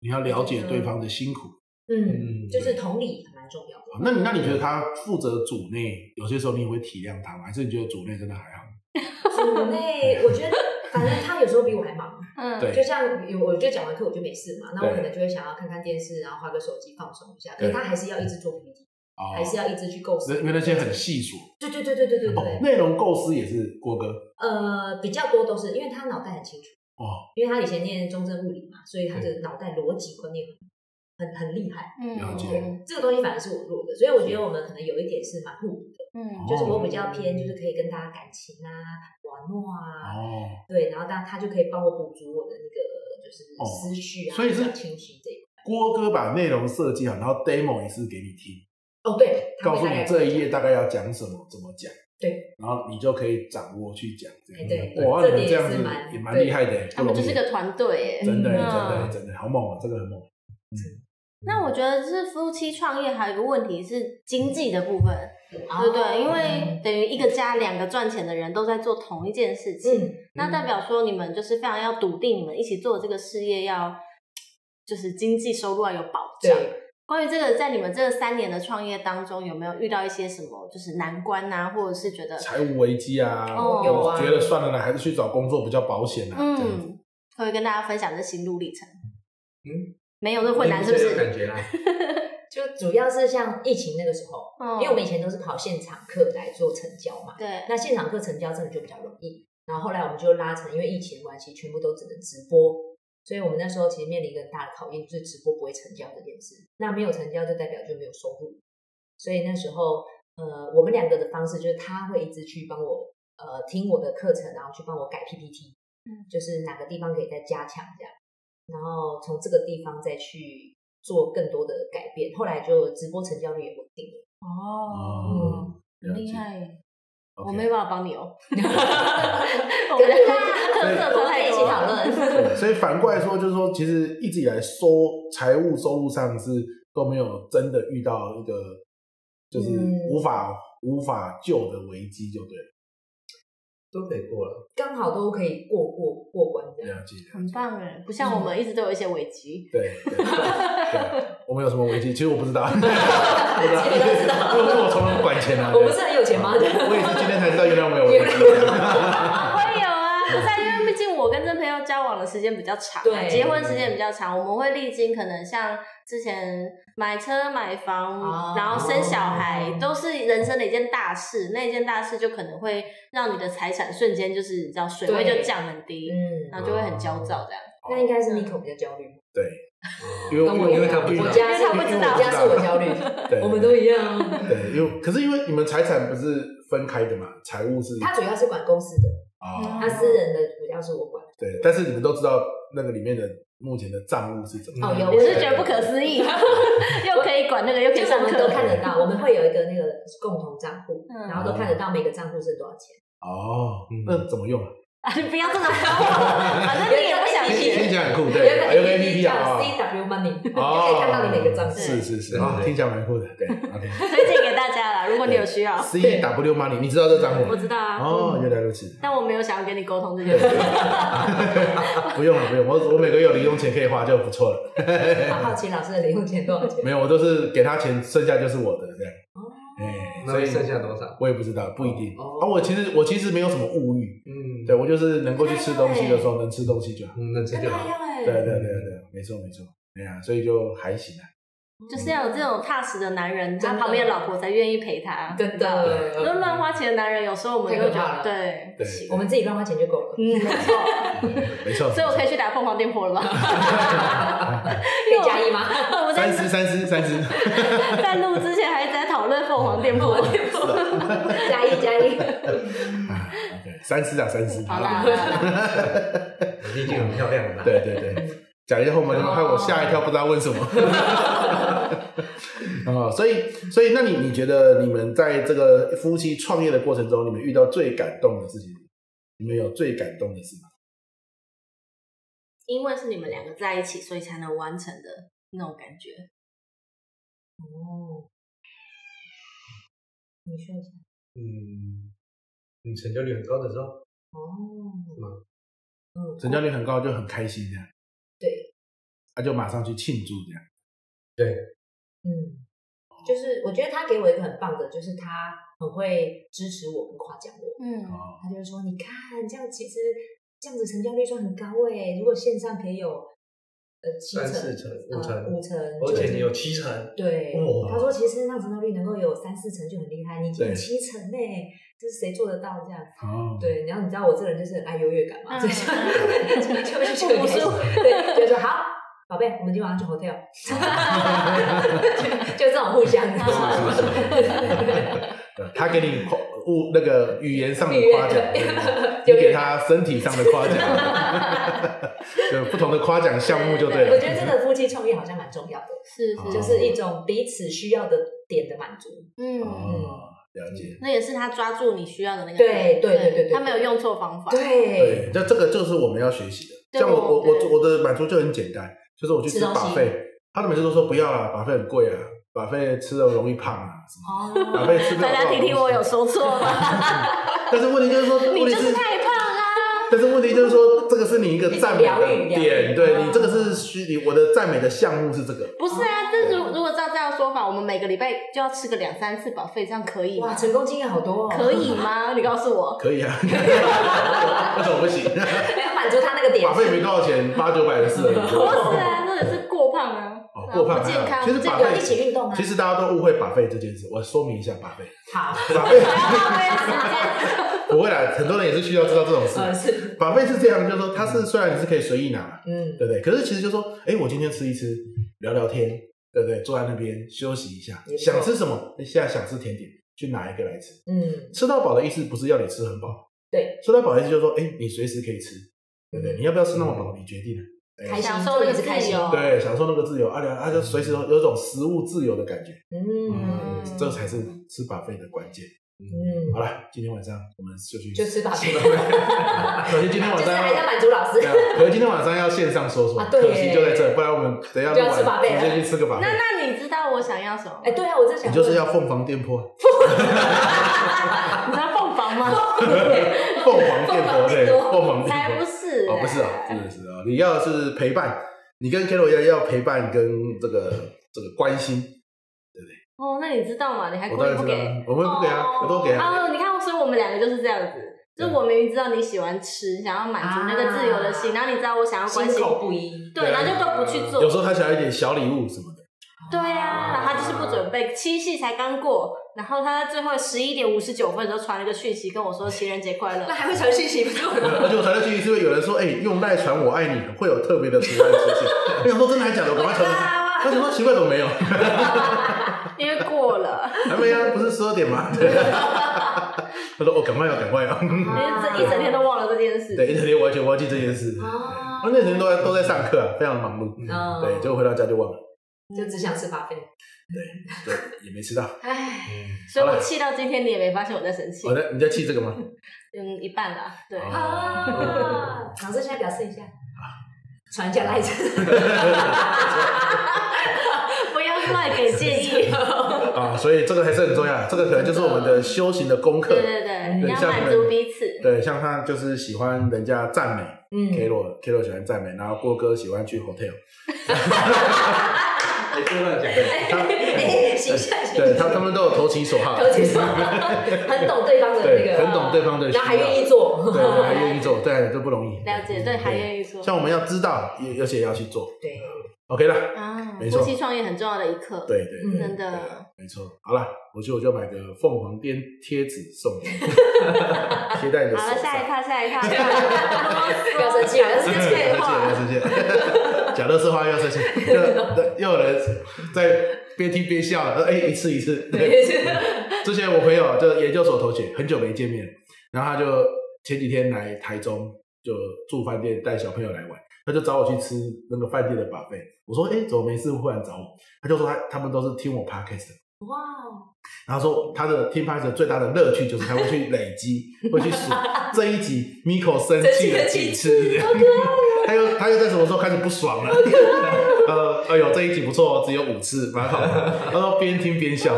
Speaker 1: 你要了解对方的辛苦。
Speaker 4: 嗯，
Speaker 3: 嗯，
Speaker 4: 就是同理还蛮重要的。
Speaker 1: 啊那你那你觉得他负责组内，有些时候你也会体谅他吗？还是你觉得组内真的还好？
Speaker 4: 组 内，我觉得反正他有时候比我还忙。
Speaker 2: 嗯，
Speaker 1: 对
Speaker 4: 就像有我就讲完课我就没事嘛，那我
Speaker 1: 对
Speaker 4: 可能就会想要看看电视，然后划个手机放松一下。可是
Speaker 1: 对
Speaker 4: 他还是要一直做 PPT，
Speaker 1: 哦
Speaker 4: 还是要一直去构思。
Speaker 1: 因为那些很细琐，
Speaker 4: 对对对对对对
Speaker 1: 哦
Speaker 4: 对，，
Speaker 1: 内容构思也是郭哥
Speaker 4: 呃，比较多都是因为他脑袋很清楚，
Speaker 1: 哦，
Speaker 4: 因为他以前念中正物理嘛，所以他的脑袋逻辑观念很很很厉害。
Speaker 2: 嗯
Speaker 1: 了解
Speaker 2: 嗯
Speaker 4: 这个东西反而是我弱的，所以我觉得我们可能有一点是蛮互补的，
Speaker 2: 嗯
Speaker 4: 就是
Speaker 1: 哦
Speaker 4: 我比较偏就是可以跟大家感情啊、玩弄啊，
Speaker 1: 哦，
Speaker 4: 对，然后大他就可以帮我补足我的那个就是
Speaker 1: 哦
Speaker 4: 思绪啊，
Speaker 1: 所以
Speaker 4: 比
Speaker 1: 是
Speaker 4: 较清晰这一块。
Speaker 1: 郭哥把内容设计好，然后 demo 一次给你听，
Speaker 4: 哦，对，他
Speaker 1: 告
Speaker 4: 会
Speaker 1: 诉
Speaker 4: 大
Speaker 1: 你
Speaker 4: 概
Speaker 1: 这一页大概要讲什么，怎么讲，
Speaker 4: 对，
Speaker 1: 然后你就可以掌握去讲这样。
Speaker 4: 哎对
Speaker 1: 哇，
Speaker 4: 这
Speaker 1: 你们
Speaker 4: 点
Speaker 1: 这样
Speaker 4: 也是
Speaker 1: 子
Speaker 4: 蛮
Speaker 1: 也蛮
Speaker 4: 对
Speaker 1: 厉害的，
Speaker 2: 他
Speaker 1: 不容
Speaker 2: 们就
Speaker 1: 易
Speaker 2: 是，个团队耶。
Speaker 1: 真的
Speaker 4: 嗯
Speaker 1: 真的
Speaker 2: 嗯
Speaker 1: 真的好猛啊，这个很猛。
Speaker 2: 那我觉得是夫妻创业还有一个问题是经济的部分，对
Speaker 4: 对
Speaker 2: 不对？因
Speaker 4: 嗯
Speaker 1: 嗯
Speaker 2: 为等于一个家两个赚钱的人都在做同一件事情，
Speaker 4: 嗯，
Speaker 2: 那代表说你们就是非常要笃定，你们一起做这个事业要就是经济收入要有保障。
Speaker 1: 啊
Speaker 4: 对，
Speaker 2: 关于这个，在你们这三年的创业当中，有没有遇到一些什么就是难关啊，或者是觉得
Speaker 1: 财务危机啊，
Speaker 2: 哦
Speaker 1: 我
Speaker 4: 有啊
Speaker 1: 觉得算了啦，还是去找工作比较保险啊。这样子
Speaker 2: 嗯，可以跟大家分享这心路历程？
Speaker 3: 嗯，
Speaker 2: 没有那困难是不
Speaker 3: 这种
Speaker 2: 是？
Speaker 3: 感觉啦，
Speaker 4: 就主要是像疫情那个时候，
Speaker 2: 嗯
Speaker 4: 因为我们以前都是跑现场课来做成交嘛，
Speaker 2: 对，
Speaker 4: 那现场课成交真的就比较容易。然后后来我们就拉成，因为疫情的关系，全部都只能直播，所以我们那时候其实面临一个很大的考验，就是直播不会成交这件事。那没有成交就代表就没有收入，所以那时候呃，我们两个的方式就是他会一直去帮我呃听我的课程，然后去帮我改 PPT，
Speaker 2: 嗯
Speaker 4: 就是哪个地方可以再加强这样，然后从这个地方再去做更多的改变。后来就直播成交率也稳定了，
Speaker 2: 哦，
Speaker 1: 哦，
Speaker 2: 很
Speaker 1: 了
Speaker 2: 厉
Speaker 1: 解。
Speaker 2: 害耶，
Speaker 1: OK
Speaker 2: 我没办法帮你 哦，我们
Speaker 4: 跟
Speaker 2: 的
Speaker 4: 跟
Speaker 2: 特色差
Speaker 4: 我们
Speaker 2: 太
Speaker 4: 一起
Speaker 2: 多
Speaker 4: 讨
Speaker 2: 了。
Speaker 4: 论。
Speaker 1: 对所以反过来说，就是说，其实一直以来收财务收入上是都没有真的遇到一个就是
Speaker 4: 嗯
Speaker 1: 无法、无法救的危机，就对了。
Speaker 3: 都得过了，
Speaker 4: 刚好都可以过过过关这样。
Speaker 1: 了解，
Speaker 2: 很棒哎，不像我们一直都有一些危机。
Speaker 1: 对对对，我们有什么危机？其实我不知道，我不知道，
Speaker 4: 其实不知道
Speaker 1: 因为因为我从来不管钱啊，
Speaker 4: 我不是很有钱吗？
Speaker 1: 我也是今天才知道，原来我们有 危啊机。
Speaker 2: 会有啊，不是啊，因为毕竟我跟这朋友交往的时间比较长啊，
Speaker 4: 对
Speaker 2: 结婚时间比较长，我们会历经可能像之前买车、买房，
Speaker 4: 哦
Speaker 2: 然后生小孩，都是人生的一件大事。那一件大事就可能会让你的财产瞬间就是你知道水位
Speaker 4: 对
Speaker 2: 就降很低，
Speaker 4: 嗯，
Speaker 2: 然后就会很焦躁这样。
Speaker 4: 那应该是 Nico 比较焦虑，
Speaker 1: 对，因
Speaker 3: 哦
Speaker 1: 为
Speaker 4: 跟我
Speaker 1: 因为
Speaker 4: 一
Speaker 1: 他
Speaker 4: 样
Speaker 1: 不知
Speaker 4: 我
Speaker 1: 道，
Speaker 4: 家
Speaker 2: 因
Speaker 4: 是
Speaker 2: 为他不知道
Speaker 4: 我家是我焦虑，
Speaker 1: 对，
Speaker 4: 我们都一样啊。
Speaker 1: 对，因为可是因为你们财产不是分开的嘛，财务是
Speaker 4: 他主嗯要是管公司的，
Speaker 1: 啊，
Speaker 4: 他私人的主要是我管。
Speaker 1: 对，但是你们都知道那个里面的目前的账务是怎么样
Speaker 4: 哦，有，
Speaker 2: 你是不是觉得不可思 议，又可以管那个，又可以
Speaker 4: 就是我
Speaker 2: 上
Speaker 4: 们
Speaker 2: 课
Speaker 4: 都，看得到，我们会有一个那个共同账户，
Speaker 2: 嗯
Speaker 4: 然后都看得到每个账户是多少钱。
Speaker 1: 哦，
Speaker 3: 嗯
Speaker 1: 那怎么用啊？
Speaker 2: 啊 你不要 这么搞我，反正你也不想
Speaker 4: 有一个
Speaker 1: 听
Speaker 2: 学。
Speaker 1: 起来很酷，
Speaker 4: 有
Speaker 1: 对，
Speaker 4: 一
Speaker 1: 有个
Speaker 4: 个 APP
Speaker 1: APP
Speaker 4: 叫
Speaker 1: 啊，
Speaker 4: CW Money，就
Speaker 1: 哦，
Speaker 4: 可以看到你每个账户。
Speaker 1: 是是是，
Speaker 3: 对
Speaker 1: 听起来蛮酷的，对，OK。
Speaker 2: 推荐给大家啦，如果你有需要，
Speaker 1: C W Money，你知道这张
Speaker 2: 我
Speaker 1: 吗？
Speaker 2: 知道啊。
Speaker 1: 哦，原来如此。
Speaker 2: 但我没有想要跟你沟通这
Speaker 1: 对
Speaker 2: 件
Speaker 1: 对
Speaker 2: 事。
Speaker 1: 对不用了，不用，我我每个月有零用钱可以花就不错了。
Speaker 4: 好好奇老师的零用钱多少钱？
Speaker 1: 没有，我都是给他钱，剩下就是我的这样。
Speaker 4: 哦
Speaker 1: 哎，
Speaker 3: 那
Speaker 1: 所以
Speaker 3: 剩下多少？
Speaker 1: 我也不知道，不一定。
Speaker 3: 哦
Speaker 1: 啊，我其实我其实没有什么物欲，
Speaker 3: 嗯，
Speaker 1: 对，我就是能够去吃东西的时候能吃东西就好。
Speaker 3: 嗯，那这
Speaker 4: 跟
Speaker 3: 就
Speaker 1: 欸
Speaker 4: 他
Speaker 3: 好，
Speaker 4: 一样哎
Speaker 1: 对对对对，没错没错，哎呀，所以就还行啊。
Speaker 2: 就是要有这种啊踏实的男人，他
Speaker 4: 真的
Speaker 2: 旁边的老婆才愿意陪他。的，
Speaker 4: 真的，
Speaker 2: 那乱花钱的男人有时候我们就会觉
Speaker 4: 太可怕
Speaker 2: 得
Speaker 4: 了
Speaker 2: 对不行。
Speaker 4: 我们自己乱花钱就够了。
Speaker 2: 嗯，没错。
Speaker 1: 没错。
Speaker 2: 所以我可以去打凤凰电波了吧？
Speaker 4: 可以 加一吗？
Speaker 2: 我
Speaker 1: 三
Speaker 2: 在
Speaker 1: 思三思三 思，
Speaker 2: 在录之前还一直在讨论凤凰电波。
Speaker 4: 加一加一，
Speaker 1: 啊，OK，三思啊三思。
Speaker 2: 好啦，好啦
Speaker 3: 毕竟很漂亮的啦。
Speaker 1: 对对对，讲一下后面，
Speaker 2: 哦
Speaker 1: 害我吓一跳，不知道问什么。 啊、所以，所以，那你你觉得你们在这个夫妻创业的过程中，你们遇到最感动的事情，你们有最感动的事吗？
Speaker 2: 因为是你们两个在一起，所以才能完成的那种感觉。
Speaker 4: 嗯哦，你说一下。
Speaker 3: 嗯，你成交率很高的时候，
Speaker 4: 哦，嗯，
Speaker 1: 成交率很高，就很开心这样，
Speaker 4: 对，
Speaker 1: 那、就马上去庆祝这样。
Speaker 4: 嗯，就是我觉得他给我一个很棒的，就是他很会支持我跟夸奖我，
Speaker 2: 嗯，
Speaker 1: 哦，
Speaker 4: 他就说你看这样其实这样子成交率算很高欸诶，如果线上可以有呃七
Speaker 3: 三四成、
Speaker 4: 成。呃
Speaker 3: 五成，
Speaker 4: 五成，
Speaker 3: 而且你有
Speaker 4: 九
Speaker 3: 七成，
Speaker 4: 对
Speaker 3: 哇，
Speaker 4: 他说其实让成交率能够有三四成就很厉害，你已经有
Speaker 1: 对
Speaker 4: 七成呢，这是谁做得到这样？
Speaker 1: 哦，
Speaker 4: 对，然后你知道我这人就是很爱优越感嘛，
Speaker 2: 嗯
Speaker 4: 所以就就就 就就
Speaker 2: 不服
Speaker 4: 很开心
Speaker 2: 输
Speaker 4: 对，就说好，宝贝，我们今晚上去 hotel，就就这种互相，你知道吗
Speaker 2: 是
Speaker 1: 呃他给你夸物那个语言上的
Speaker 4: 愉悦
Speaker 1: 夸奖，
Speaker 4: 对
Speaker 1: 你
Speaker 4: 优越
Speaker 1: 给
Speaker 4: 感
Speaker 1: 他身体上的夸奖，就不同的夸奖项目就对了。
Speaker 4: 我觉得这个夫妻创业好像蛮重要的，
Speaker 2: 是
Speaker 1: 哦
Speaker 2: 是，
Speaker 4: 就是是一种彼此需要的点的满足。
Speaker 2: 嗯，
Speaker 1: 哦，了解。
Speaker 2: 那也是他抓住你需要的那个
Speaker 4: 对
Speaker 2: 点，
Speaker 4: 对对对对
Speaker 2: 他没有用错方法。
Speaker 4: 对，
Speaker 1: 对，那这个就是我们要学习的。
Speaker 2: 对
Speaker 1: 像我我
Speaker 2: 对
Speaker 1: 我我的满足就很简单，就是我去吃
Speaker 4: 吃东西
Speaker 1: 把费，他们每次都说不要啦，把费很贵啊，把费吃了容易胖啊什么。
Speaker 4: 哦，
Speaker 1: 把费吃不了
Speaker 2: 大
Speaker 1: 多少
Speaker 2: 家
Speaker 1: 东西
Speaker 2: 听听我有说错 吗？
Speaker 1: 但是问题就是说，
Speaker 2: 你
Speaker 1: 问
Speaker 2: 就
Speaker 1: 题
Speaker 2: 是太胖啊！
Speaker 1: 但是问题就是说，这个是你一个赞美
Speaker 4: 疗
Speaker 1: 的
Speaker 4: 愈疗愈
Speaker 1: 点，对
Speaker 4: 嗯
Speaker 1: 你这个是虚，你我的赞美的项目是这个。
Speaker 2: 不是啊，这如如果照这样说法，我们每个礼拜就要吃个两三次保费，这样可以
Speaker 4: 哇，
Speaker 2: 吗？
Speaker 4: 成功经验好多哦，
Speaker 2: 可以吗？你告诉我，
Speaker 1: 可以啊，为
Speaker 4: 啊
Speaker 1: 什么不行？
Speaker 4: 要满足他那个点
Speaker 1: 把。费没多少钱，八九百的事而已。
Speaker 2: 不是啊，那也是过胖啊
Speaker 4: 嗯
Speaker 1: 哦，过胖
Speaker 2: 不健康，
Speaker 1: 其实
Speaker 2: 不健
Speaker 1: 把
Speaker 2: 康
Speaker 1: 费
Speaker 4: 有一起运动啊
Speaker 1: 其实大家都误会把费这件事，我说明一下把费。
Speaker 4: 好，
Speaker 1: 把费
Speaker 2: 还要浪费时间。
Speaker 1: 不会啦，很多人也是需要知道这种事。
Speaker 4: 呃是，
Speaker 1: 把费是这样，就是说它是虽然你是可以随意拿，
Speaker 4: 嗯，
Speaker 1: 对不对？可是其实就说，哎，我今天吃一吃，聊聊天，对不对？坐在那边休息一下
Speaker 4: 也，不错
Speaker 1: 想吃什么，现在想吃甜点，去拿一个来吃。
Speaker 4: 嗯，
Speaker 1: 吃到饱的意思不是要你吃很饱，
Speaker 4: 对，
Speaker 1: 吃到饱的意思就是说，哎，你随时可以吃，对不对？
Speaker 4: 嗯
Speaker 1: 你要不要吃那么饱，你决定了。
Speaker 4: 开心
Speaker 2: 享受
Speaker 4: 也
Speaker 2: 也
Speaker 4: 是
Speaker 2: 是
Speaker 4: 开
Speaker 2: 开
Speaker 4: 心
Speaker 2: 心，
Speaker 1: 对，享受那个自由，啊，聊啊，就随时有有种食物自由的感觉，
Speaker 4: 嗯
Speaker 1: 嗯，这才是吃把费的关键。
Speaker 4: 嗯
Speaker 1: 好了，今天晚上我们就去，
Speaker 4: 就吃吧，
Speaker 1: 吃
Speaker 4: 就
Speaker 1: 饱 饭首先今天晚
Speaker 4: 是
Speaker 1: 上要
Speaker 4: 还是要满足老师
Speaker 1: 对。啊，可是今天晚上要线上说说，
Speaker 4: 啊对耶
Speaker 1: 可惜就在这，不然我们等一下
Speaker 4: 就
Speaker 1: 录
Speaker 4: 要吃把
Speaker 1: 完
Speaker 4: 费了
Speaker 1: 直接去吃个把
Speaker 2: 那
Speaker 1: 费。
Speaker 2: 那你知道我想要什么吗？
Speaker 4: 哎，对啊，我在想，
Speaker 1: 你就是要凤凰店铺，
Speaker 2: 你知道凤凰吗？
Speaker 1: 凤凰店铺对，
Speaker 4: 凤凰店铺
Speaker 1: 凤凰
Speaker 2: 才不
Speaker 1: 店
Speaker 2: 是、欸
Speaker 1: 铺哦，不是啊，真的是啊，你要是陪伴，你跟 Kilo 一样要陪伴跟这个这个关心，
Speaker 2: 哦，那你知道吗？你还
Speaker 1: 我
Speaker 2: 故
Speaker 1: 当
Speaker 2: 意
Speaker 1: 然
Speaker 2: 不
Speaker 1: 知道啊
Speaker 2: 给？，
Speaker 1: 我们不给啊，我都给啊，
Speaker 2: 哦，你看，所以我们两个就是这样子，就是我明明知道你喜欢吃，想要满足那个自由的心，
Speaker 4: 啊
Speaker 2: 然后你知道我想要关
Speaker 4: 心
Speaker 2: 心，
Speaker 4: 口不一，
Speaker 2: 对，然后就都不去做
Speaker 1: 啊有。时候他想要一点小礼物什么的，
Speaker 2: 对啊，然后他就是不准备，七夕才刚过，然后他在最后十一点五十九分的时候传了个讯息跟我说情人节快乐
Speaker 4: 那。还会传讯息 不
Speaker 2: 啊
Speaker 4: 是吗？
Speaker 1: 而且我传下去是会有人说，哎，用赖传我爱你，会有特别的图案出现，哎我想说真的还假的，我赶快传给他，
Speaker 2: 啊
Speaker 1: 他想说奇怪怎么没有。
Speaker 2: 因为过了，
Speaker 1: 还没啊，不是十二点吗？ 对他说：“哦，赶快要、赶快要、
Speaker 2: 因
Speaker 4: 啊
Speaker 2: 为这一整天都忘了这件事。
Speaker 1: 对，一整天完全忘记这件事。
Speaker 2: 哦
Speaker 4: 啊
Speaker 1: 我那整天都在都在上课、啊，非常忙碌。
Speaker 4: 嗯
Speaker 1: 对，结果回到家就忘了，
Speaker 4: 就只想吃把费。
Speaker 1: 对，也没吃到。
Speaker 2: 唉，
Speaker 3: 嗯
Speaker 2: 所以我气到今天，你也没发现我在生气
Speaker 1: 我。在你在气这个吗？
Speaker 2: 嗯，一半啦，对。
Speaker 1: 哦
Speaker 4: 啊！老师现在表示一下，传一下赖着。
Speaker 2: 不要乱给建议。
Speaker 1: 啊，所以这个还是很重要的，这个可能就是我们的修行的功课
Speaker 2: 对。对对，
Speaker 1: 对
Speaker 2: 你要
Speaker 1: 像
Speaker 2: 满
Speaker 1: 你们
Speaker 2: 足彼此。
Speaker 1: 对，像他就是喜欢人家赞美，K
Speaker 4: 嗯，
Speaker 1: 罗 K 罗喜欢赞美，然后郭哥喜欢去 hotel，
Speaker 3: 哎，这乱讲的，
Speaker 4: 哎，形象形
Speaker 1: 对他
Speaker 4: 象，
Speaker 1: 他们都有投其所好，
Speaker 4: 投其所好，很懂对方的那
Speaker 1: 对，
Speaker 4: 个，
Speaker 1: 很懂对方的需
Speaker 4: 然
Speaker 1: 要，
Speaker 4: 后还愿意
Speaker 1: 对，
Speaker 4: 做。
Speaker 1: 对还愿意做，对，这不容易。
Speaker 2: 了解，对，还愿意说。
Speaker 1: 像我们要知道，而而且要去做。
Speaker 4: 对，
Speaker 1: OK 啦，
Speaker 2: 啊，
Speaker 1: 没错
Speaker 2: 夫妻创业很重要的一课，，
Speaker 1: 对对对，
Speaker 4: 嗯
Speaker 2: 真
Speaker 1: 对
Speaker 2: 的
Speaker 1: 啊，没错。好了，回去我就买个凤凰颠贴纸送你，贴在你的
Speaker 2: 好
Speaker 1: 手上。
Speaker 2: 了，下一趴，下一趴，
Speaker 4: 不要生气
Speaker 2: 讲的是废话
Speaker 1: 不要。生气，不要生气， 讲乐色话又要生气，又又有人在边听边笑，呃哎、一次一次。对，之前我朋友就研究所头学，很久没见面，然后他就前几天来台中，就住饭店带小朋友来玩，他就找我去吃那个饭店的把费。我说，哎、怎么没事忽然找我？他就说他他们都是听我 podcast 的。
Speaker 4: 哇哦，
Speaker 1: 然后说他的听 podcast 最大的乐趣就是他会去累积，会去数这一集 Miko 生气了几次，这样他又他又在什么时候开始不爽了？呃，哎呦，这一集不错哦，只有五次，蛮好的。他说边听边笑，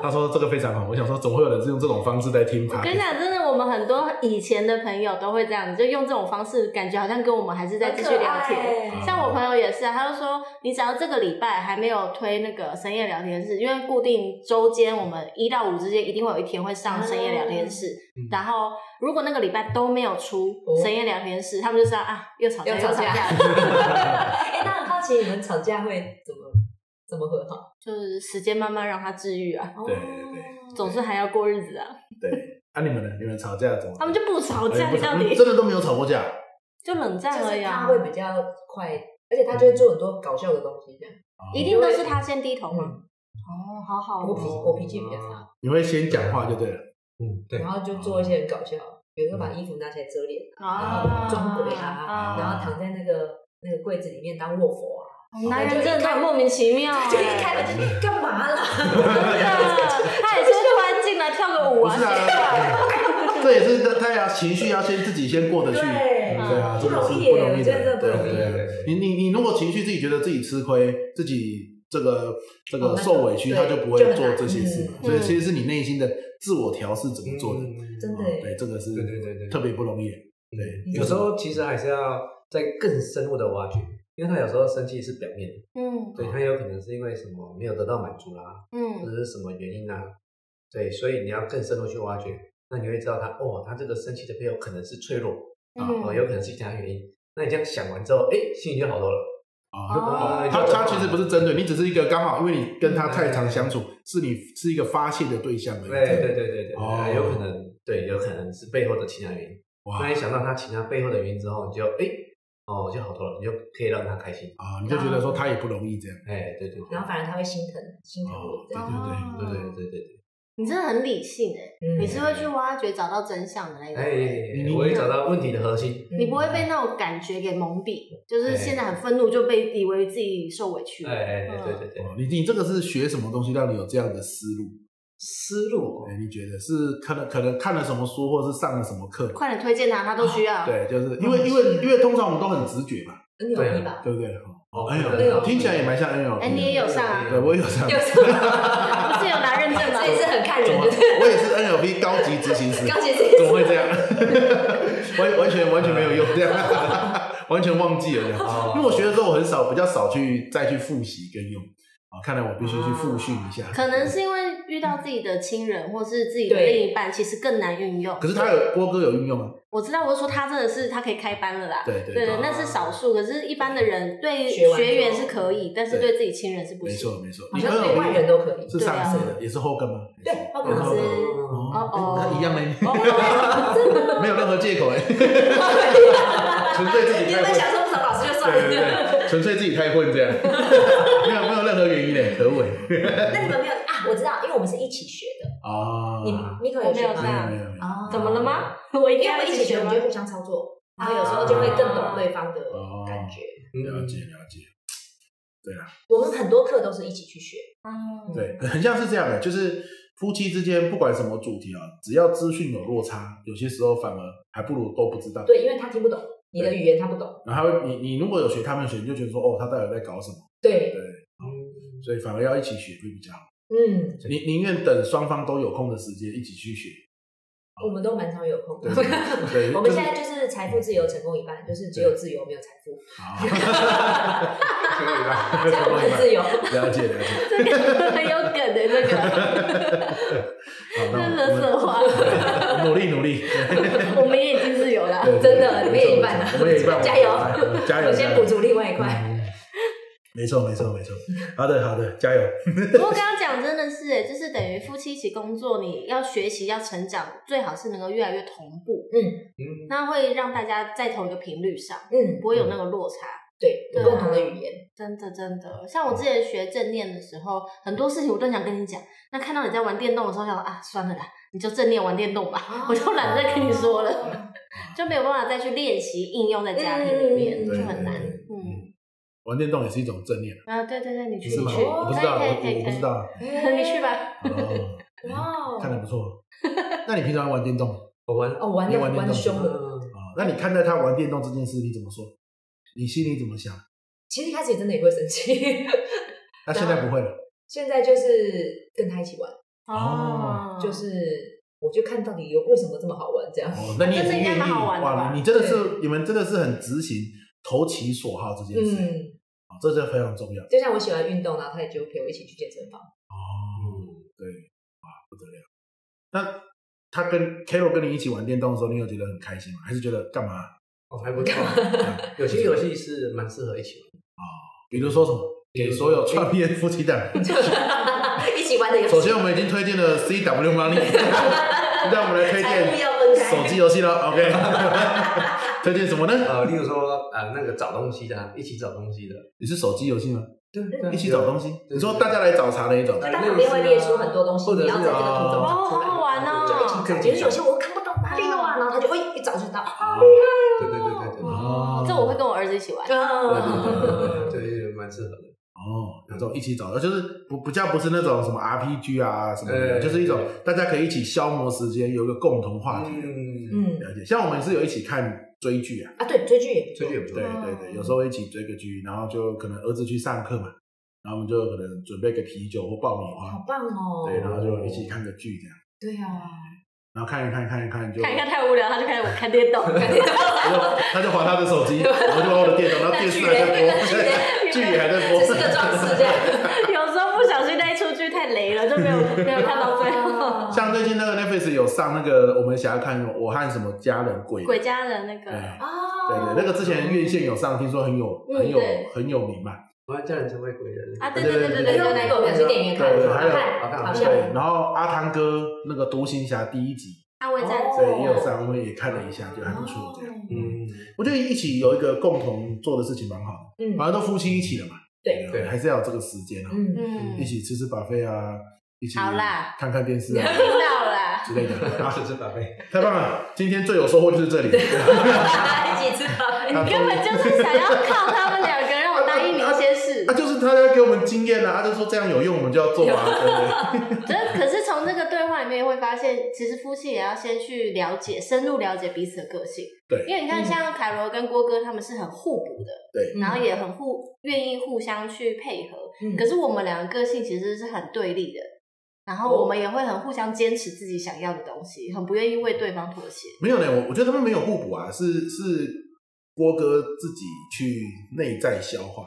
Speaker 1: 他说这个非常好。我想说，怎么会有人是用这种方式在听
Speaker 2: 我跟你
Speaker 1: podcast？
Speaker 2: 讲，真的，我们很多以前的朋友都会这样子，就用这种方式，感觉好像跟我们还是在继续聊天。
Speaker 4: 天
Speaker 1: 嗯
Speaker 2: 像我朋友也是啊，他就说，你只要这个礼拜还没有推那个深夜聊天室，因为固定周间我们一到五之间一定会有一天会上深夜聊天室，
Speaker 3: 嗯
Speaker 2: 然后如果那个礼拜都没有出
Speaker 4: 哦
Speaker 2: 深夜聊天室，他们就知道啊，又吵架
Speaker 4: 又
Speaker 2: 又
Speaker 4: 吵
Speaker 2: 吵
Speaker 4: 架
Speaker 2: 架，
Speaker 4: 哎、那很好奇你们吵架会怎么怎么和好？
Speaker 2: 就是时间慢慢让他治愈啊，
Speaker 1: 对对对
Speaker 4: 哦
Speaker 2: 总是还要过日子啊，
Speaker 1: 对，啊，你们呢？你们吵架怎么？
Speaker 2: 他们就不吵架，
Speaker 1: 哎不
Speaker 2: 你
Speaker 1: 吵
Speaker 2: 到
Speaker 1: 你们
Speaker 2: 底
Speaker 1: 真的都没有吵过架？
Speaker 2: 就冷战
Speaker 4: 就
Speaker 2: 而
Speaker 4: 是
Speaker 2: 已
Speaker 4: 他
Speaker 2: 啊，
Speaker 4: 会比较快，而且他就会做很多搞笑的东西，这样。
Speaker 2: 一定都是他先低头嘛。
Speaker 4: 嗯
Speaker 2: 哦，好好
Speaker 4: 我脾
Speaker 2: 哦，
Speaker 4: 我脾气比较差，
Speaker 1: 你会先讲话就对了。
Speaker 3: 嗯，对
Speaker 4: 然，后就做一些很搞笑，比如说把衣服拿起来遮脸，
Speaker 2: 嗯啊，
Speaker 4: 装鬼
Speaker 1: 啊
Speaker 4: 然后躺在那个那个柜子里面当卧佛啊，
Speaker 2: 男人真的都很莫名其妙、 欸，
Speaker 4: 就一开门就干嘛啦？
Speaker 2: 真的， 他也是突然进来跳个舞
Speaker 1: 不
Speaker 2: 啊，
Speaker 1: 是啊，这也是他他要情绪要先自己先过得去，
Speaker 4: 对
Speaker 1: 对啊，
Speaker 4: 不
Speaker 1: 真的是
Speaker 4: 容易
Speaker 1: 不容易
Speaker 4: 我觉
Speaker 1: 的，
Speaker 4: 得不
Speaker 1: 对啊
Speaker 4: 容易
Speaker 1: 对啊。你你你如果情绪自己觉得自己吃亏，自己这个这
Speaker 4: 哦
Speaker 1: 个
Speaker 4: 那就
Speaker 1: 受委屈，
Speaker 4: 对
Speaker 1: 他就不会
Speaker 4: 就很
Speaker 1: 做
Speaker 4: 难
Speaker 1: 这些事嘛。
Speaker 2: 嗯
Speaker 1: 所以
Speaker 2: 嗯
Speaker 1: 其实是你内心的自我调试怎么做的，
Speaker 3: 嗯
Speaker 4: 真的
Speaker 1: 啊对，这个是
Speaker 3: 对对对对，
Speaker 1: 特别不容易。
Speaker 3: 对，有时候其实还是要再更深入的挖掘，因为他有时候生气是表面的，
Speaker 2: 嗯
Speaker 3: 对他有可能是因为什么没有得到满足啦，或
Speaker 2: 嗯，
Speaker 3: 者是什么原因啊，对，所以你要更深入去挖掘，那你会知道他哦，他这个生气的背后可能是脆弱啊，
Speaker 2: 嗯
Speaker 3: 哦，有可能是其他原因。那你这样想完之后，哎，心情就好多了。
Speaker 1: 啊，
Speaker 2: 哦
Speaker 1: 他他其实不是针对你，只是一个刚好，因为你跟他太常相处，
Speaker 4: 嗯
Speaker 1: 是你是一个发泄的对象而已。
Speaker 3: 对对对对对对，
Speaker 1: 哦
Speaker 3: 有可能对，有可能是背后的其他原因。
Speaker 1: 哇
Speaker 3: 那你想到他其他背后的原因之后，你就哎哦就好多了，你就可以让他开心。
Speaker 1: 啊，你就觉得
Speaker 4: 哦
Speaker 1: 说他也不容易这样。
Speaker 3: 哎，对对对，
Speaker 4: 然后反而他会心疼心疼我
Speaker 1: 哦，
Speaker 4: 这
Speaker 1: 对
Speaker 4: 样。
Speaker 1: 对
Speaker 3: 对对对对对。
Speaker 2: 你真的很理性哎、
Speaker 4: 嗯
Speaker 2: 你是会去挖掘找到真相的那种、
Speaker 3: 哎、
Speaker 2: 人，
Speaker 3: 我会找到问题的核
Speaker 4: 嗯
Speaker 3: 心。
Speaker 2: 你不会被那种感觉给蒙蔽，就是
Speaker 3: 哎
Speaker 2: 现在很愤怒就被以为自己受委屈
Speaker 3: 哎
Speaker 2: 了。
Speaker 3: 哎、哎对对对
Speaker 1: 对，，哦，你你这个是学什么东西让你有这样的思路？
Speaker 3: 思路
Speaker 1: 哎，你觉得是可能可能看了什么书，或是上了什么课？
Speaker 2: 快点推荐他，他都需要。
Speaker 1: 对，就是因为因为因为通常我们都很直觉嘛，
Speaker 4: NLP 吧，
Speaker 1: 对不对？哦，哎
Speaker 3: 对
Speaker 1: 呦，
Speaker 3: 哦
Speaker 1: 听起来也蛮像 N L。
Speaker 2: 哎、你也有上啊？
Speaker 1: 对，我也有上，
Speaker 4: 有
Speaker 1: 怎
Speaker 4: 什么？
Speaker 2: 不是有拿认证吗
Speaker 4: 这？也是很看人
Speaker 1: 么
Speaker 4: 的，
Speaker 1: 我也是 N L P 高级执行师，
Speaker 4: 刚
Speaker 1: 怎
Speaker 4: 才这
Speaker 1: 么会这样？完完全完全没有用，这样完全忘记了这样。
Speaker 3: 哦
Speaker 1: 因为我学的时候，我很少比较少去再去复习跟用啊，看来我必须去复训一下。
Speaker 2: 哦可能是因为遇到自己的亲人或是自己的
Speaker 4: 对
Speaker 2: 另一半，其实更难运用。
Speaker 1: 可是他有郭哥有运用啊，
Speaker 2: 我知道，我是说他真的是他可以开班了啦。
Speaker 1: 对对
Speaker 2: 对
Speaker 1: 对
Speaker 2: 对，那是少数，可是一般的人对
Speaker 4: 学完就
Speaker 2: 学员是可以，但是
Speaker 1: 对
Speaker 2: 对自己亲人是不
Speaker 1: 没
Speaker 2: 行。
Speaker 1: 错没错，
Speaker 4: 好
Speaker 1: 你
Speaker 4: 像
Speaker 1: N
Speaker 4: 对外
Speaker 1: L
Speaker 4: 人
Speaker 1: P
Speaker 4: 都可以。
Speaker 1: 是上谁的？也是 Hogan 吗？
Speaker 4: 对，包括老
Speaker 2: 老
Speaker 4: 师
Speaker 2: 师，
Speaker 1: 哦，
Speaker 2: 哦
Speaker 1: 哎那一样嘞，
Speaker 2: 哦，
Speaker 1: 没有任何借口 哎，纯粹自己
Speaker 4: 你
Speaker 1: 太
Speaker 4: 们
Speaker 1: 混
Speaker 4: 想，说啊什么老师就算
Speaker 1: 对对
Speaker 4: 了。
Speaker 1: 对，纯粹自己太混 这样，没有没有任何原因嘞，可恶哎，
Speaker 4: 那你们没有啊？我知道，因为我们是一起学的。
Speaker 1: 啊，
Speaker 4: 哦你
Speaker 1: 没
Speaker 4: Miko 有学
Speaker 2: 我
Speaker 1: 有
Speaker 2: 没
Speaker 4: 吗？
Speaker 1: 没有没有，
Speaker 4: 啊
Speaker 2: 怎么了吗？我一
Speaker 4: 因
Speaker 2: 定
Speaker 4: 为我
Speaker 2: 要
Speaker 4: 们一起学，我
Speaker 2: 吗
Speaker 4: 们就？互相操作，啊然后有时
Speaker 1: 哦
Speaker 4: 候就会更懂对方的感觉。
Speaker 1: 了解
Speaker 3: 嗯，
Speaker 1: 了解，对啊，
Speaker 4: 我们很多课都是一起去学，
Speaker 2: 嗯，
Speaker 1: 对， 很像是这样的，就是夫妻之间不管什么主题啊，只要资讯有落差，有些时候反而还不如都不知道，
Speaker 4: 对，因为他听不懂你的语言，他不懂。
Speaker 1: 然后他会你你如果有学他们学，你就觉得说哦，他到底在搞什么，
Speaker 4: 对，
Speaker 1: 对，所以反而要一起学会比较好。
Speaker 4: 嗯，
Speaker 1: 宁宁愿等双方都有空的时间一起去学。
Speaker 4: 我们都蛮常有空的
Speaker 1: 对。 对，
Speaker 4: 我们现
Speaker 1: 就
Speaker 4: 在就是财富自由成功一半，就是只有自由没有财富，
Speaker 1: 是好，
Speaker 3: 可以吧？
Speaker 4: 只有我们自由。
Speaker 1: 了解了解。
Speaker 2: 这个很有梗的，这个
Speaker 1: 好，
Speaker 2: 这
Speaker 1: 那
Speaker 2: 是
Speaker 1: 我
Speaker 2: 乐色话。
Speaker 1: 们努力努 力，
Speaker 2: 我们也已经自由了。
Speaker 1: 对对
Speaker 4: 真的
Speaker 1: 对
Speaker 4: 你们也一半
Speaker 1: 没错没错我们也一半，
Speaker 4: 加油
Speaker 1: 我们加油！
Speaker 4: 我先
Speaker 1: 加油
Speaker 4: 补足另外一块。
Speaker 1: 没错，没错，没错。好的，好的，加油。
Speaker 2: 不过刚刚讲真的是、欸，就是等于夫妻一起工作，你要学习要成长，最好是能够越来越同步，
Speaker 3: 嗯，
Speaker 2: 那会让大家在同一个频率上，
Speaker 4: 嗯，
Speaker 2: 不会有那个落差。
Speaker 4: 对，有
Speaker 2: 对啊
Speaker 4: 共同的语言，
Speaker 2: 真的真的，像我之前学正念的时候，很多事情我都想跟你讲，那看到你在玩电动的时候，想说啊，算了啦，你就正念玩电动吧，哦我就懒得再跟你说 了，就没有办法再去练习应用在家庭里面，
Speaker 4: 嗯
Speaker 2: 就很难。
Speaker 1: 对对
Speaker 2: 嗯
Speaker 1: 玩电动也是一种正念，
Speaker 2: 啊，对对对，你去
Speaker 1: 是
Speaker 2: 你
Speaker 1: 吗？
Speaker 2: 去，
Speaker 1: 我不知道，
Speaker 2: 可以可
Speaker 1: 我
Speaker 2: 以
Speaker 1: 我不
Speaker 2: 可以
Speaker 1: 知
Speaker 2: 可
Speaker 1: 道。
Speaker 2: 以， 你去吧。
Speaker 1: 哦，
Speaker 4: 哎哇哦
Speaker 1: 看来不错。那你平常玩电动哦？
Speaker 3: 我玩，
Speaker 4: 哦，玩
Speaker 1: 你
Speaker 4: 的
Speaker 1: 玩电
Speaker 4: 玩
Speaker 1: 动
Speaker 4: 凶了。
Speaker 3: 嗯
Speaker 1: 那你看待他玩电动这件事，你怎么说？你心里怎么想？
Speaker 4: 其实一开始也真的也会生气，
Speaker 1: 那现在不会了。
Speaker 4: 现在就是跟他一起玩，
Speaker 1: 嗯哦
Speaker 4: 就是我就看到底有为什么这么好玩这样。
Speaker 1: 哦，那你也
Speaker 2: 啊这是
Speaker 1: 很
Speaker 2: 应
Speaker 1: 愿
Speaker 2: 该
Speaker 1: 意
Speaker 2: 蛮好玩的吧
Speaker 1: 哇！你你真的是你们真的是很执行投其所好这件事，
Speaker 4: 嗯，
Speaker 1: 哦这是非常重要。
Speaker 4: 就像我喜欢运动，然后他也就陪我一起去健身房。
Speaker 1: 哦，对，哇，不得了。那他跟 Carol 跟你一起玩电动的时候，你有觉得很开心吗？还是觉得干 嘛？
Speaker 3: 哦还不错，有些游戏是蛮适合一起玩。
Speaker 1: 比如说什么？给所有创业夫妻档。
Speaker 4: 一起玩的游戏。
Speaker 1: 首先，我们已经推荐了 CW Money，那我们来推
Speaker 4: 财务
Speaker 1: 荐
Speaker 4: 要分开，
Speaker 1: 手机游戏了。OK，推荐什么呢？
Speaker 3: 呃，例如说啊，那个找东西的啊，一起找东西的，
Speaker 1: 你是手机游戏吗？
Speaker 3: 对，对
Speaker 1: 一起找东西？你说大家来找茬那一种？
Speaker 4: 就它旁边会列出很多东西，
Speaker 3: 或者
Speaker 4: 你
Speaker 3: 是
Speaker 4: 要在这个图中
Speaker 2: 哦好
Speaker 4: 找出来。
Speaker 2: 好玩哦
Speaker 4: 就一起找，其实有些我看不懂哪里有啊，然后他就会一找就知道。啊
Speaker 3: 对对对对对。
Speaker 1: 哦
Speaker 2: 这我会跟我儿子一起玩。
Speaker 3: 对对对对，对蛮适合的。
Speaker 1: 哦，有种一起找到，就是不不叫不是那种什么 RPG 啊什么的，
Speaker 3: 对
Speaker 1: 就是一种大家可以一起消磨时间，有一个共同话题。
Speaker 3: 嗯，
Speaker 4: 嗯
Speaker 1: 了解，像我们是有一起看追剧啊，
Speaker 4: 啊，对，追剧也不
Speaker 3: 最
Speaker 4: 错
Speaker 3: 近。有不
Speaker 1: 对
Speaker 3: 错。
Speaker 1: 对对，有时候一起追个剧，然后就可能儿子去上课嘛，然后我们就可能准备个啤酒或爆米
Speaker 4: 好
Speaker 1: 花，
Speaker 4: 棒哦！
Speaker 1: 嗯对，然后就一起看个剧这样，
Speaker 4: 对啊，
Speaker 1: 然后看一看看一看就，
Speaker 2: 看一看太无聊，他就开始看电动。
Speaker 1: 他就他就划他的手机，我就划我的电脑，然后电视还在播，剧也还在播，
Speaker 4: 只是个装饰 这样。
Speaker 2: 有时候不小心那一出剧太雷了，就没有没有看到最后。
Speaker 1: 像最近那个 Netflix 有上那个我们想要看《我和什么家人鬼》
Speaker 2: 鬼家的那
Speaker 1: 对
Speaker 2: 个，
Speaker 1: 对
Speaker 4: 哦，
Speaker 1: 对，那个之前院线有上，听说很有
Speaker 2: 嗯
Speaker 1: 很有
Speaker 2: 对
Speaker 1: 很有名嘛。
Speaker 3: 我要叫人成为鬼人
Speaker 2: 啊对对对对对
Speaker 4: 哎呦，那个我们有去电影院看，
Speaker 1: 对
Speaker 4: 好
Speaker 1: 还有
Speaker 4: 看，好
Speaker 3: 好
Speaker 4: 像
Speaker 1: 对，然后阿汤哥那个《独行侠》第一集，
Speaker 2: 安慰战
Speaker 4: 哦
Speaker 2: 士。
Speaker 1: 对，也有上，我们也看了一下，就还不错这
Speaker 2: 哦
Speaker 1: 样。
Speaker 3: 嗯，
Speaker 1: 我觉得一起有一个共同做的事情蛮好的，
Speaker 4: 嗯
Speaker 1: 反正都夫妻一起了嘛。
Speaker 4: 对
Speaker 1: 对，
Speaker 3: 对
Speaker 1: 还是要有这个时间啊，
Speaker 4: 嗯，
Speaker 2: 嗯
Speaker 1: 一，起吃吃 buffet 啊，一起
Speaker 2: 好啦
Speaker 1: 看看电视 啊
Speaker 2: 听到啦。
Speaker 1: 之类的。啊，
Speaker 3: 是是宝贝，
Speaker 1: 太棒了！今天最有收获就是这里。
Speaker 4: 一起吃饭。
Speaker 2: 你根本就是想要靠他们两个让我答应你一些事
Speaker 1: 啊，，就是他要给我们经验啊，他就说这样有用，我们就要做啊，对不对？
Speaker 2: 就是可是从这个对话里面会发现，其实夫妻也要先去了解、深入了解彼此的个性。
Speaker 1: 对
Speaker 2: 因为你看，像凯罗跟郭哥他们是很互补的，
Speaker 1: 对
Speaker 2: 然后也很互愿意互相去配合。
Speaker 4: 嗯
Speaker 2: 可是我们两个个性其实是很对立的，然后我们也会很互相坚持自己想要的东西，很不愿意为对方妥协。
Speaker 1: 没有呢，我我觉得他们没有互补啊，是是郭哥自己去内在消化。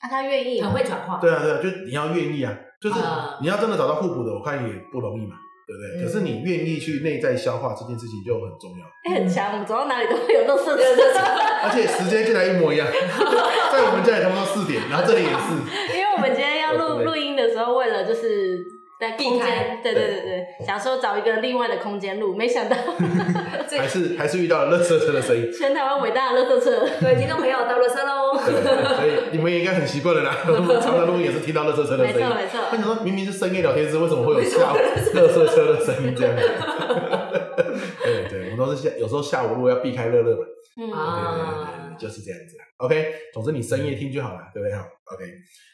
Speaker 2: 啊，他愿意吗
Speaker 4: 很会转化，
Speaker 1: 对啊，对啊，就你要愿意啊，就是
Speaker 4: 啊
Speaker 1: 你要真的找到互补的，我看也不容易嘛，对不对？
Speaker 4: 嗯
Speaker 1: 可是你愿意去内在消化这件事情就很重要，
Speaker 2: 哎很强，我们走到哪里都会有乐色
Speaker 4: 对对对
Speaker 1: 而且时间竟然一模一样， 在我们家里差不多四点，然后这里也 是，
Speaker 2: 因为我们今天要录录音的时候，为了就是在空
Speaker 4: 避开
Speaker 2: 间，对对对对，想说找一个另外的空间录，没想到
Speaker 4: 对
Speaker 1: 还是还是遇到了垃圾车的声音。
Speaker 2: 全台湾伟大的乐色车。
Speaker 4: 各位听众朋友，到了车喽。
Speaker 1: 对所以你们也应该很习惯了啦，我们常常录音也是听到垃圾车的
Speaker 2: 没
Speaker 1: 声音
Speaker 2: 错。没错，
Speaker 1: 他想说，明明是深夜聊天室，为什么会有下午乐色车的声音这样子？ 对对，我们都是下有时候下午如果要避开乐乐嘛，
Speaker 2: 嗯
Speaker 4: 啊，
Speaker 1: 对对对对，就是这样子啦。OK，总之你深夜听就好了，对不对？好，OK，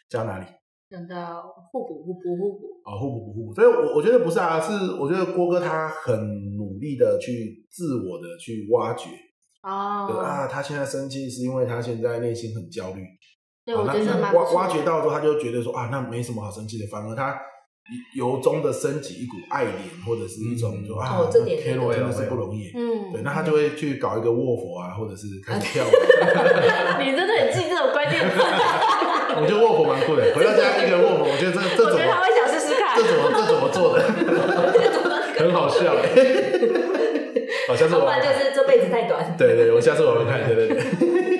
Speaker 1: 讲到哪里？
Speaker 2: 真的互补互补互补，
Speaker 1: 啊、互补不互补？所以我我觉得不是啊，是我觉得郭哥他很努力的去自我的去挖掘，对
Speaker 2: 哦，
Speaker 1: 啊，他现在生气是因为他现在内心很焦虑，
Speaker 2: 对，
Speaker 1: 好
Speaker 2: 我
Speaker 1: 那
Speaker 2: 觉得蛮不
Speaker 1: 挖
Speaker 2: 错
Speaker 1: 挖掘到之后，他就觉得说啊，那没什么好生气的，反而他由衷的升起一股爱怜，或者是一种就、
Speaker 3: 嗯
Speaker 1: 啊，
Speaker 4: 哦这点
Speaker 1: 天罗
Speaker 3: 对
Speaker 1: 真的
Speaker 3: 对
Speaker 1: 是不容易。
Speaker 2: 嗯，
Speaker 1: 对，那他就会去搞一个卧佛啊，或者是开始跳舞。啊
Speaker 2: 你真的很记这种 关键词，
Speaker 1: 我觉得卧佛蛮酷的，回到家一个人卧佛，我觉得这这
Speaker 2: 我
Speaker 1: 怎
Speaker 2: 觉得他
Speaker 1: 么
Speaker 2: 会想试试看
Speaker 1: 这。怎么这怎么做 的， 很好笑欸。好，下次
Speaker 4: 要
Speaker 1: 我
Speaker 4: 不然就是这辈子太短。嗯
Speaker 1: 对对，我下次我们看，对对对。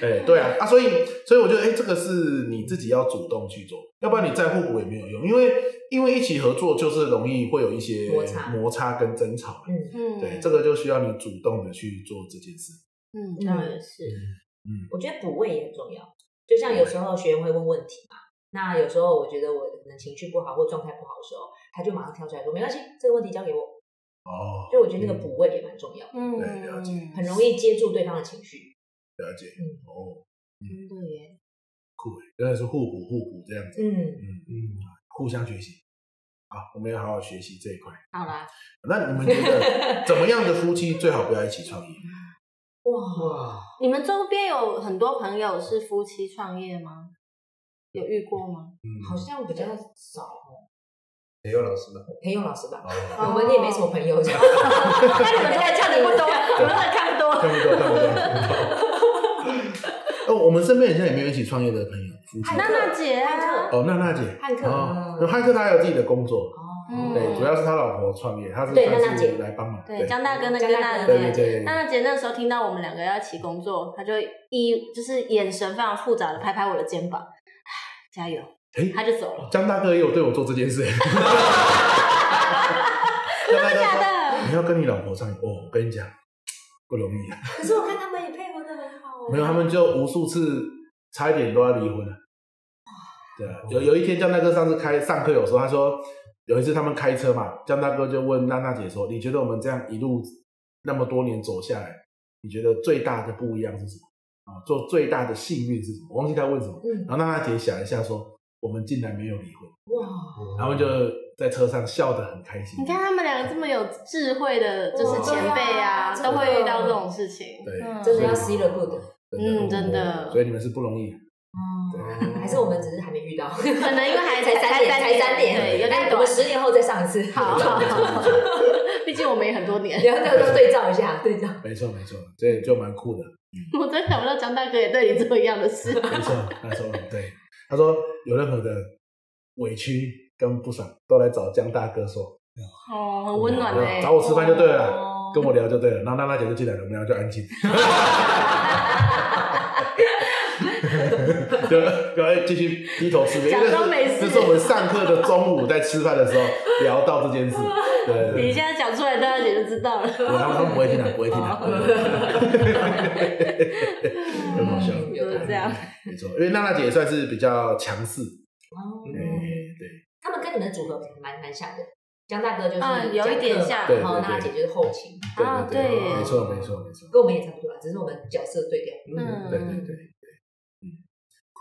Speaker 1: 哎，对啊，啊，所以所以我觉得，哎，这个是你自己要主动去做，要不然你再互补也没有用，因为因为一起合作就是容易会有一些
Speaker 4: 摩擦
Speaker 1: 摩擦跟争吵嘛。
Speaker 4: 嗯，
Speaker 2: 嗯，
Speaker 1: 对，这个就需要你主动的去做这件事。
Speaker 2: 嗯，那也是，
Speaker 1: 嗯，
Speaker 4: 我觉得补位也很重要。就像有时候学员会问问题嘛，那有时候我觉得我可能情绪不好或状态不好的时候，他就马上跳出来说没关系，这个问题交给我。
Speaker 1: 哦，
Speaker 4: 就我觉得那个补位也蛮重要的，
Speaker 2: 嗯，
Speaker 1: 对了解
Speaker 4: 很容易接住对方的情绪。
Speaker 1: 了解。
Speaker 4: 嗯
Speaker 1: 哦，
Speaker 2: 真的耶，
Speaker 1: 酷哎，真的是互补互补这样子，
Speaker 4: 嗯，
Speaker 3: 嗯，
Speaker 1: 互相学习。好，我们要好好学习这一块。
Speaker 2: 好啦，
Speaker 1: 那你们觉 得怎么样的夫妻最好不要一起创业？
Speaker 4: 哇，
Speaker 3: 哇，
Speaker 2: 你们周边有很多朋友是夫妻创业吗？有遇过吗？
Speaker 3: 嗯，
Speaker 4: 好像比较少哦。
Speaker 3: 没有老师吧？
Speaker 4: 裴勇老师吧，
Speaker 1: 哦，
Speaker 4: 我们也没什么朋友。
Speaker 2: 那你们真的看的不多，你们真的看不多。
Speaker 1: 看不到，看不到，看不到。 哦，我们身边好像也没有一起创业的朋友，夫妻。
Speaker 2: 娜娜姐
Speaker 4: 汉
Speaker 2: 啊，
Speaker 4: 克
Speaker 1: 哦，娜娜姐，
Speaker 4: 汉克哦
Speaker 1: 哦，
Speaker 4: 嗯
Speaker 1: 汉克他还有自己的工作，
Speaker 2: 嗯
Speaker 1: 对，主要是他老婆创业，他是
Speaker 4: 对娜娜
Speaker 1: 算是
Speaker 4: 姐
Speaker 1: 来帮忙，
Speaker 2: 对，江大哥那个
Speaker 4: 江大
Speaker 2: 娜娜
Speaker 4: 哥
Speaker 1: 对对
Speaker 2: 姐。
Speaker 1: 对，
Speaker 2: 娜娜姐那时候听到我们两个要一起工作，她就一就是眼神非常复杂的拍拍我的肩膀，唉加油，
Speaker 1: 哎，
Speaker 2: 她就走了。
Speaker 1: 江大哥也有对我做这件 事。江大哥
Speaker 2: 假
Speaker 1: 说
Speaker 2: 的？
Speaker 1: 你要跟你老婆唱，哦，我跟你讲不容易，
Speaker 4: 可是我看他们也配合的很
Speaker 2: 啊
Speaker 4: 好哦。
Speaker 1: 没有他们就无数次差一点都要离婚了。啊对
Speaker 2: 哦
Speaker 1: 啊，有有一天江大哥上次开上课有时候他说有一次他们开车嘛，江大哥就问娜娜姐说，你觉得我们这样一路那么多年走下来，你觉得最大的不一样是什么？啊，做最大的幸运是什么？我忘记他问什么，
Speaker 4: 嗯，
Speaker 1: 然后娜娜姐想一下说，我们竟然没有离婚。
Speaker 4: 哇，
Speaker 1: 然后就在车上笑得很开心。
Speaker 2: 你看他们两个这么有智慧的，就是前辈啊，
Speaker 4: 哇对啊
Speaker 2: 都会遇到这种事情。
Speaker 1: 对
Speaker 2: 嗯
Speaker 4: 真的要
Speaker 1: 所以
Speaker 4: see the good
Speaker 2: 嗯真的
Speaker 1: 哦所以你们是不容易的。
Speaker 4: 还是我们只是还没遇到，可
Speaker 2: 可能因为 还
Speaker 4: 才三年，才三年，
Speaker 2: 对，有点
Speaker 4: 但我
Speaker 2: 短
Speaker 4: 们。十年后再上一次，
Speaker 2: 好好好， 毕竟我们也很多年，
Speaker 4: 然后 要对照一下，对照。
Speaker 1: 没错没错，这就蛮酷的。
Speaker 2: 我真想不到江大哥也对你做一样的事。
Speaker 1: 没错，他说对，他说有任何的委屈跟不爽都来找江大哥说，
Speaker 2: 哦，很温暖哎、
Speaker 1: 找我吃饭就对了，
Speaker 4: 哦
Speaker 1: 跟我聊就对了。然后娜娜姐就进来了，我们俩就安 静，就就哎继续低头吃
Speaker 2: 假
Speaker 1: 饭。
Speaker 2: 装没
Speaker 1: 这
Speaker 2: 事
Speaker 1: 是我们上课的中午在吃饭的时候聊到这 件事，对对对
Speaker 2: 你。现在讲出来，大家姐就知道了。
Speaker 1: 我他们不会听的，不会听的，
Speaker 2: 哦
Speaker 1: 很好笑，
Speaker 4: 嗯有
Speaker 2: 的这样，
Speaker 1: 没错，因为娜娜姐也算是比较强势，
Speaker 4: 哦
Speaker 2: 嗯
Speaker 1: 哎，对，
Speaker 4: 他们跟你们的组合蛮蛮像的，江大哥就是
Speaker 2: 嗯有一点像
Speaker 4: 讲课
Speaker 1: 对对
Speaker 4: 嘛
Speaker 1: 对
Speaker 4: 然后娜姐就是后勤，
Speaker 2: 啊
Speaker 1: 对
Speaker 2: 对耶
Speaker 1: 没错，没错，没错，
Speaker 4: 跟我们也差不多啊啦，只是我们角色对调。
Speaker 2: 嗯
Speaker 1: 对对对对，嗯，酷，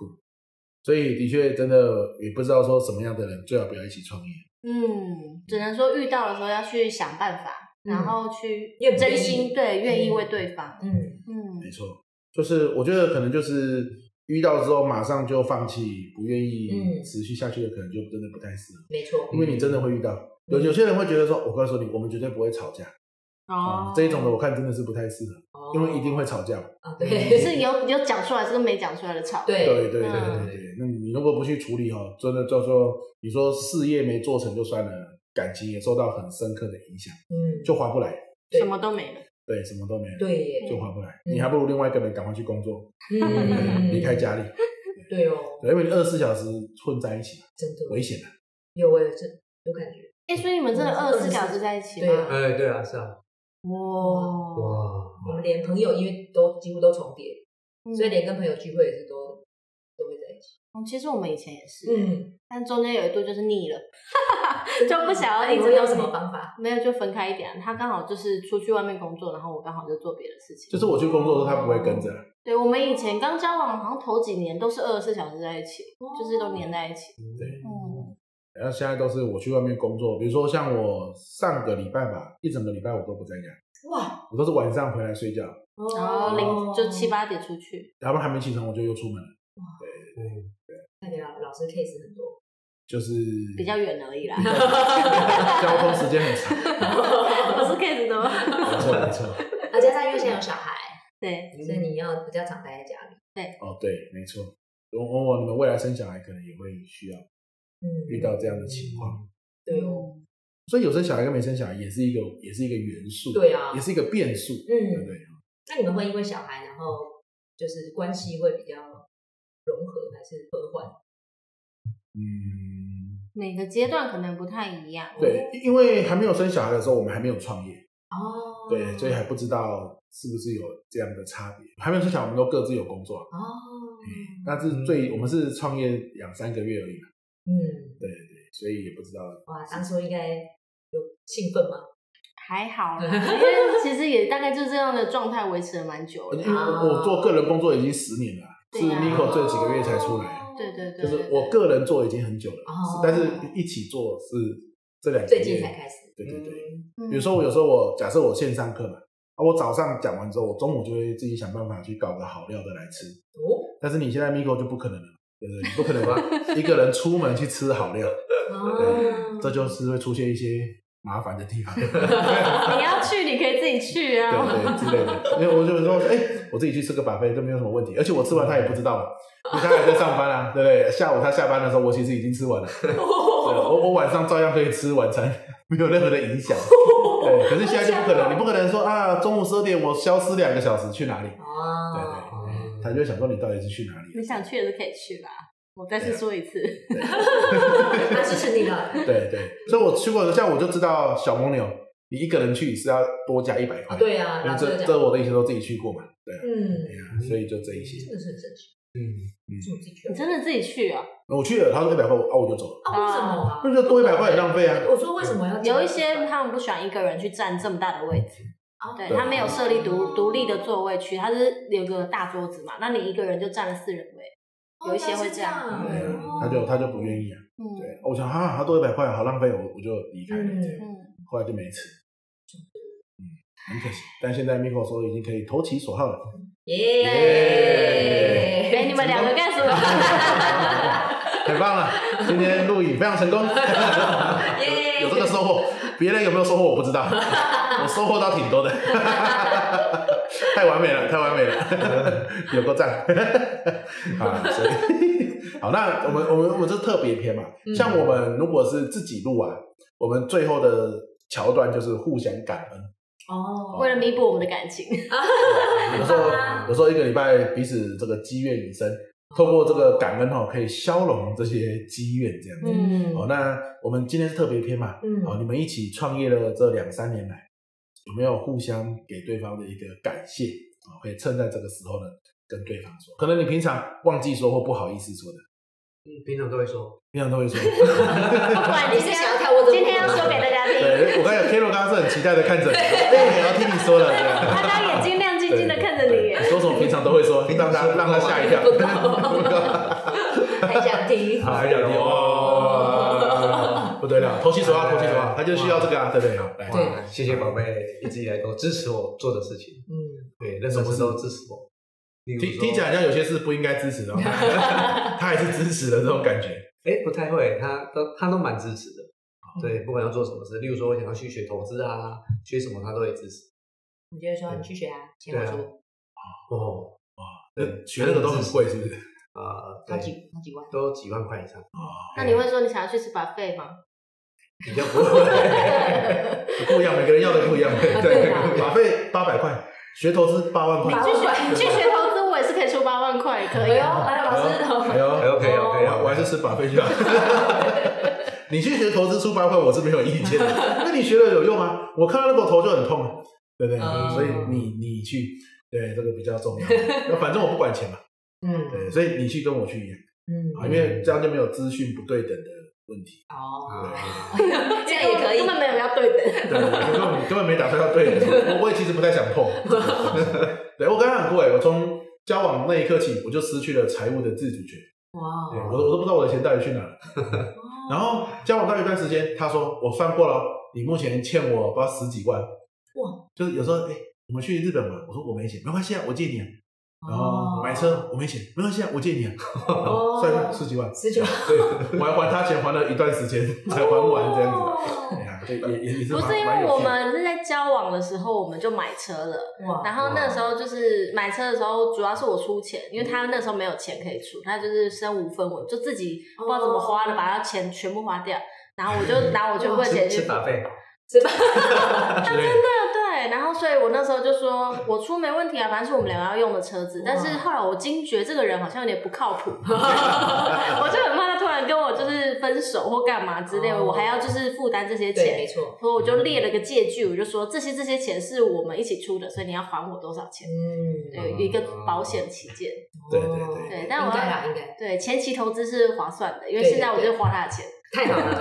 Speaker 1: 所以的确真的也不知道说什么样的人最好不要一起创业，
Speaker 2: 嗯，只能说遇到的时候要去想办法，
Speaker 4: 嗯
Speaker 2: 然后去
Speaker 4: 愿不愿
Speaker 2: 真
Speaker 4: 意
Speaker 2: 心对愿意为对方。
Speaker 4: 嗯，
Speaker 2: 嗯
Speaker 1: 没错，就是我觉得可能就是遇到之后马上就放弃，不愿意
Speaker 4: 嗯
Speaker 1: 持续下去的，可能就真的不太适合。
Speaker 4: 没错。
Speaker 1: 因为你真的会遇到。
Speaker 4: 嗯
Speaker 1: 有有些人会觉得说，我告诉你，我们绝对不会吵架啊、
Speaker 2: 哦
Speaker 1: 这一种的，我看真的是不太适合，
Speaker 4: 哦
Speaker 1: 因为一定会吵架。
Speaker 4: 啊，
Speaker 2: 只
Speaker 4: 对
Speaker 2: 是有有讲出来是跟没讲出来的吵。
Speaker 1: 对
Speaker 4: 对
Speaker 1: 对对对
Speaker 2: 嗯
Speaker 1: 对对，那你如果不去处理哦，真的叫做你说事业没做成就算了，感情也受到很深刻的影响，
Speaker 4: 嗯，
Speaker 1: 就划不来，
Speaker 4: 对
Speaker 2: 什么都没了。
Speaker 1: 对，什么都没了，
Speaker 4: 对耶，
Speaker 1: 就划不来。
Speaker 4: 嗯
Speaker 1: 你还不如另外一个人赶快去工作，
Speaker 4: 嗯，
Speaker 1: 离开家里，
Speaker 4: 对哦，
Speaker 1: 对因为你二十四小时混在一起，
Speaker 4: 真的
Speaker 1: 危险的。啊
Speaker 4: 有诶，这有感觉，
Speaker 2: 哎、所以你们真的
Speaker 4: 嗯
Speaker 2: 二十四小时在一起
Speaker 4: 对
Speaker 2: 吗
Speaker 4: 啊？
Speaker 1: 嗯
Speaker 3: 哎，对啊，是啊，
Speaker 2: 哇，
Speaker 3: 哇，
Speaker 4: 我们连朋友因为都几乎都重叠，所以连跟朋友聚会也是都都会在一起。
Speaker 2: 嗯其实我们以前也是，
Speaker 4: 嗯，
Speaker 2: 但中间有一度就是腻了，就不想要一直
Speaker 4: 有哎什么方法？
Speaker 2: 没有就分开一点。啊他刚好就是出去外面工作，然后我刚好就做别的事情。
Speaker 1: 就是我去工作的时候，他不会跟着，啊
Speaker 2: 对我们以前刚交往，好像头几年都是二十四小时在一起，就是都黏在一起。
Speaker 1: 哦对。
Speaker 2: 嗯，
Speaker 1: 然后现在都是我去外面工作，比如说像我上个礼拜吧，一整个礼拜我都不在家，
Speaker 4: 哇，
Speaker 1: 我都是晚上回来睡觉，
Speaker 2: 然后哦
Speaker 1: 哦
Speaker 2: 零就七，八点出去，
Speaker 1: 然后还没起床我就又出门了，
Speaker 3: 嗯
Speaker 4: 那个老师 case 很 多，
Speaker 1: 就是
Speaker 2: 比较远而已 啦。
Speaker 1: 嗯交通时间很长，
Speaker 2: 我是 case 的吗？
Speaker 1: 没错没错，
Speaker 4: 啊，加上因为现在有小孩，
Speaker 2: 对，
Speaker 4: 所
Speaker 1: 嗯
Speaker 4: 以你要比较常待在家里。
Speaker 1: 哦对，没错，我我我你们未来生小孩可能也会需要
Speaker 4: 嗯，
Speaker 1: 遇到这样的情况，
Speaker 4: 对哦，
Speaker 1: 所以有生小孩跟没生小孩也是一个嗯也是一个元素，
Speaker 4: 对啊
Speaker 1: 也是一个变数，对不
Speaker 4: 嗯，
Speaker 1: 对？
Speaker 4: 那你们会因为小孩然后就是关系会比较融合还是和缓？
Speaker 1: 嗯，
Speaker 2: 每个阶段可能不太一样。
Speaker 1: 对，因为还没有生小孩的时候，我们还没有创业，
Speaker 4: 哦，
Speaker 1: 对，所以还不知道是不是有这样的差别。还没有生小孩，我们都各自有工作，
Speaker 4: 哦，
Speaker 2: 嗯
Speaker 1: 那是最我们是创业两三个月而已嘛，
Speaker 4: 嗯，
Speaker 1: 对对对，所以也不知道
Speaker 4: 哇，当初应该有兴奋吗？
Speaker 2: 还 好啦，因为其实也大概就这样的状态维持了蛮久
Speaker 1: 呃因
Speaker 2: 了。
Speaker 1: 为我做个人工作已经十年了，是
Speaker 2: 啊对啊
Speaker 1: Nico 这几个月才出来，
Speaker 4: 哦
Speaker 2: 对对对，
Speaker 1: 就是我个人做已经很久了，
Speaker 4: 哦
Speaker 1: 是但是一起做是这两个
Speaker 4: 最近才
Speaker 1: 月。
Speaker 4: 开始，
Speaker 1: 对对对，
Speaker 4: 嗯，
Speaker 2: 嗯
Speaker 1: 比如说我有时候我假设我线上课嘛，啊，我早上讲完之后，我中午就会自己想办法去搞个好料的来吃。
Speaker 4: 哦，
Speaker 1: 但是你现在 Miko 就不可能了，对不对？你不可能吧一个人出门去吃好料，
Speaker 4: 哦，
Speaker 1: 这就是会出现一些麻烦的地方。
Speaker 2: 嗯你要去，你可以自己去
Speaker 1: 对
Speaker 2: 啊。
Speaker 1: 对之类的。因为我就说，哎、我自己去吃个把费，这没有什么问题。而且我吃完他也不知道嘛，因为他还在上班啊，对不对？下午他下班的时候，我其实已经吃完了，对啊我我晚上照样可以吃晚餐，没有任何的影响。对，可是现在就不可能，你不可能说啊，中午十二点我消失两个小时去哪里？对对
Speaker 4: 哦，
Speaker 1: 对，他就会想说你到底是去哪里？
Speaker 2: 你想去也是可以去啦。我再
Speaker 1: 啊
Speaker 2: 次说一次，
Speaker 4: 他支持你了，
Speaker 1: 对对，所以我去过的，像我就知道小蒙牛，你一个人去是要多加一百块。
Speaker 4: 啊， 对啊，
Speaker 1: 因为
Speaker 4: 老师
Speaker 1: 这
Speaker 4: 讲
Speaker 1: 这，我的以前都自己去过嘛，对啊，
Speaker 4: 嗯
Speaker 1: 哎，呀，所以就这一些。
Speaker 4: 真的是很神奇，
Speaker 3: 嗯，
Speaker 4: 是我自己去
Speaker 2: 你
Speaker 4: 的，
Speaker 2: 真的自己去啊？
Speaker 1: 我去了，他说一百块，啊，我就走了，
Speaker 4: 啊，为什么啊？
Speaker 1: 那就多一百块也浪费啊。
Speaker 4: 我说为什么要这样
Speaker 2: 有一些他们不喜欢一个人去占这么大的位置，
Speaker 4: 啊
Speaker 2: 对
Speaker 1: 对
Speaker 2: 他没有设立独独立的座位区，他是有个大桌子嘛，那你一个人就占了四人位。有一些会这样
Speaker 4: 哦
Speaker 1: 对
Speaker 4: 原来是
Speaker 1: 啊
Speaker 4: 这样，
Speaker 1: 他就他就不愿意啊。
Speaker 2: 嗯
Speaker 1: 对，我想啊，他多一百块，好浪费，我我就离开了。这样，
Speaker 2: 嗯，
Speaker 1: 后来就没吃，嗯，很可惜。但现在 Miko 说已经可以投其所好了，耶
Speaker 4: 耶
Speaker 2: 哎，你们两个干什么？
Speaker 1: 太棒了！今天录影非常成功，
Speaker 4: 耶
Speaker 1: 有这个收获。别人有没有收获我不知 道，我收获到挺多的， 太完美了，太完美了， 有够赞啊！所以 好，那我们我们我们这是特别篇嘛，
Speaker 4: 嗯
Speaker 1: 像我们如果是自己录啊，我们最后的桥段就是互相感恩。
Speaker 4: 哦
Speaker 2: 为了弥补我们的感情，
Speaker 1: 有时候
Speaker 4: 好啊
Speaker 1: 有时候一个礼拜彼此这个积怨已深，透过这个感恩哦，可以消融这些积怨这样子。
Speaker 2: 嗯
Speaker 1: 哦，那我们今天是特别篇嘛，
Speaker 4: 嗯
Speaker 1: 哦， 你们一起创业了这两三年来，有没有互相给对方的一个感谢哦，可以趁在这个时候呢，跟对方说，可能你平常忘记说或不好意思说的，
Speaker 3: 平常都会说，
Speaker 1: 平常都 会说。
Speaker 2: 不 管你
Speaker 4: 哦
Speaker 2: 今
Speaker 4: 你是
Speaker 2: 天
Speaker 4: 想要跳我怎么
Speaker 2: 今天要说给大家听，
Speaker 1: 对，我刚才 K 罗刚刚是很期待的看着你，哎，我要听你说了，这样。
Speaker 2: 他刚眼睛亮晶晶的看着你耶
Speaker 1: 对。说什么平常都会说，让他让他吓一跳。
Speaker 4: 还 想听，
Speaker 1: 啊，还有哦，不得了，投其所好，投其所好，他就需要这个啊，对不对？好，来，
Speaker 3: 哇，谢谢宝贝一直以来都支持我做的事情，
Speaker 4: 嗯，
Speaker 3: 对，任何事都支持我。例如
Speaker 1: 听
Speaker 3: 说
Speaker 1: 听起来好像有些事不应该支持的 哦，他还是支持的这种感觉。
Speaker 3: 哎，不太会，他都他都蛮支持的。对，不管要做什么事，例如说我想要去学投资啊，学什么他都会支持。
Speaker 4: 你就会说你去学啊，钱我出，
Speaker 3: 哦，
Speaker 1: 那呃学那个都很贵，是不是？
Speaker 3: 啊，
Speaker 4: 好
Speaker 3: 对，
Speaker 4: 几好几万，
Speaker 3: 都几万块以上，
Speaker 2: 那你会说你想要去吃 buffet 吗？
Speaker 3: 比较不会。
Speaker 1: 不一样，每个人要的不一样。
Speaker 4: 对啊
Speaker 1: 马费八百块，学投资八万块，
Speaker 4: 你
Speaker 2: 去学去学投资，我也是可以出八万块，可
Speaker 4: 哎
Speaker 2: 以
Speaker 4: 呦，
Speaker 2: 啊。
Speaker 4: 哎，老师，
Speaker 1: 哎呦，
Speaker 3: 还 OK
Speaker 4: 哦
Speaker 1: 哎
Speaker 3: OK，
Speaker 1: 呀，我还是吃马费去 啊。你去学投资出八万块，我是没有意见的。 那你学了有用吗？我看到那个头就很痛啊，对不对？
Speaker 4: 嗯
Speaker 1: 所以你你去，对这个比较 重要。那反正我不管钱嘛，
Speaker 4: 嗯
Speaker 1: 对，所以你去跟我去一样啊，
Speaker 4: 嗯，
Speaker 1: 因为这样就没有资讯不对等的问题。
Speaker 4: 好，
Speaker 3: 啊，
Speaker 4: 这样也可以
Speaker 2: 根，本没有要对等。
Speaker 1: 对，我根本根本没打算要对你，我我也其实不太想 碰。对我刚刚很过哎，我从交往那一刻起，我就失去了财务的自主权，
Speaker 4: 哇哦
Speaker 1: 对，我我都不知道我的钱到底去哪 了。然后交往到一段时间，他说我算过了哦，你目前欠我不知道十几万，
Speaker 4: 哇，
Speaker 1: 就是有时候哎、我们去日本玩，我说我没钱，没关系啊，我借你啊。
Speaker 2: 哦
Speaker 1: 然后买
Speaker 4: 哦
Speaker 1: 车我没钱，没关系啊，我借你啊，然后算一算十几 万，
Speaker 4: 十九万
Speaker 1: 对，我还还他钱还了一段时间才还完这样子。 哎呀，对，也也也是
Speaker 2: 哦不
Speaker 1: 蛮
Speaker 2: 是因
Speaker 1: 蛮
Speaker 2: 为
Speaker 1: 有
Speaker 2: 我
Speaker 1: 趣的
Speaker 2: 们是在交往的时候我们就买车了，
Speaker 4: 哇，
Speaker 2: 然后那时候就是买车的时候，主要是我出钱，因为他那时候没有钱可以出，他就是身无分文，就自己不知道怎么花
Speaker 4: 哦
Speaker 2: 的，把他钱全部花掉， 然后我就拿我全部的钱去
Speaker 3: 吃吃
Speaker 2: 付
Speaker 3: 法费，
Speaker 4: 是吧？
Speaker 1: 之类的
Speaker 2: 对，然后所所以我那时候就说，我出没问题啊，反正是我们两个要用的车子。但是后来我惊觉这个人好像有点不靠 谱，我就很怕他突然跟我就是分手或干嘛之类的，
Speaker 4: 哦
Speaker 2: 我还要就是负担这些
Speaker 4: 对，没
Speaker 2: 钱。
Speaker 4: 错，
Speaker 2: 所以我就列了个借据，我就说这些这些钱是我们一起出的，所以你要还我多少钱？
Speaker 4: 嗯，
Speaker 2: 对，有一个保险起见。
Speaker 1: 对对对
Speaker 4: 哦
Speaker 2: 对但我
Speaker 4: 应该啦，应该
Speaker 2: 对，前期投资是划算的，因为
Speaker 4: 对
Speaker 2: 现在我就花他的钱。
Speaker 4: 太好了，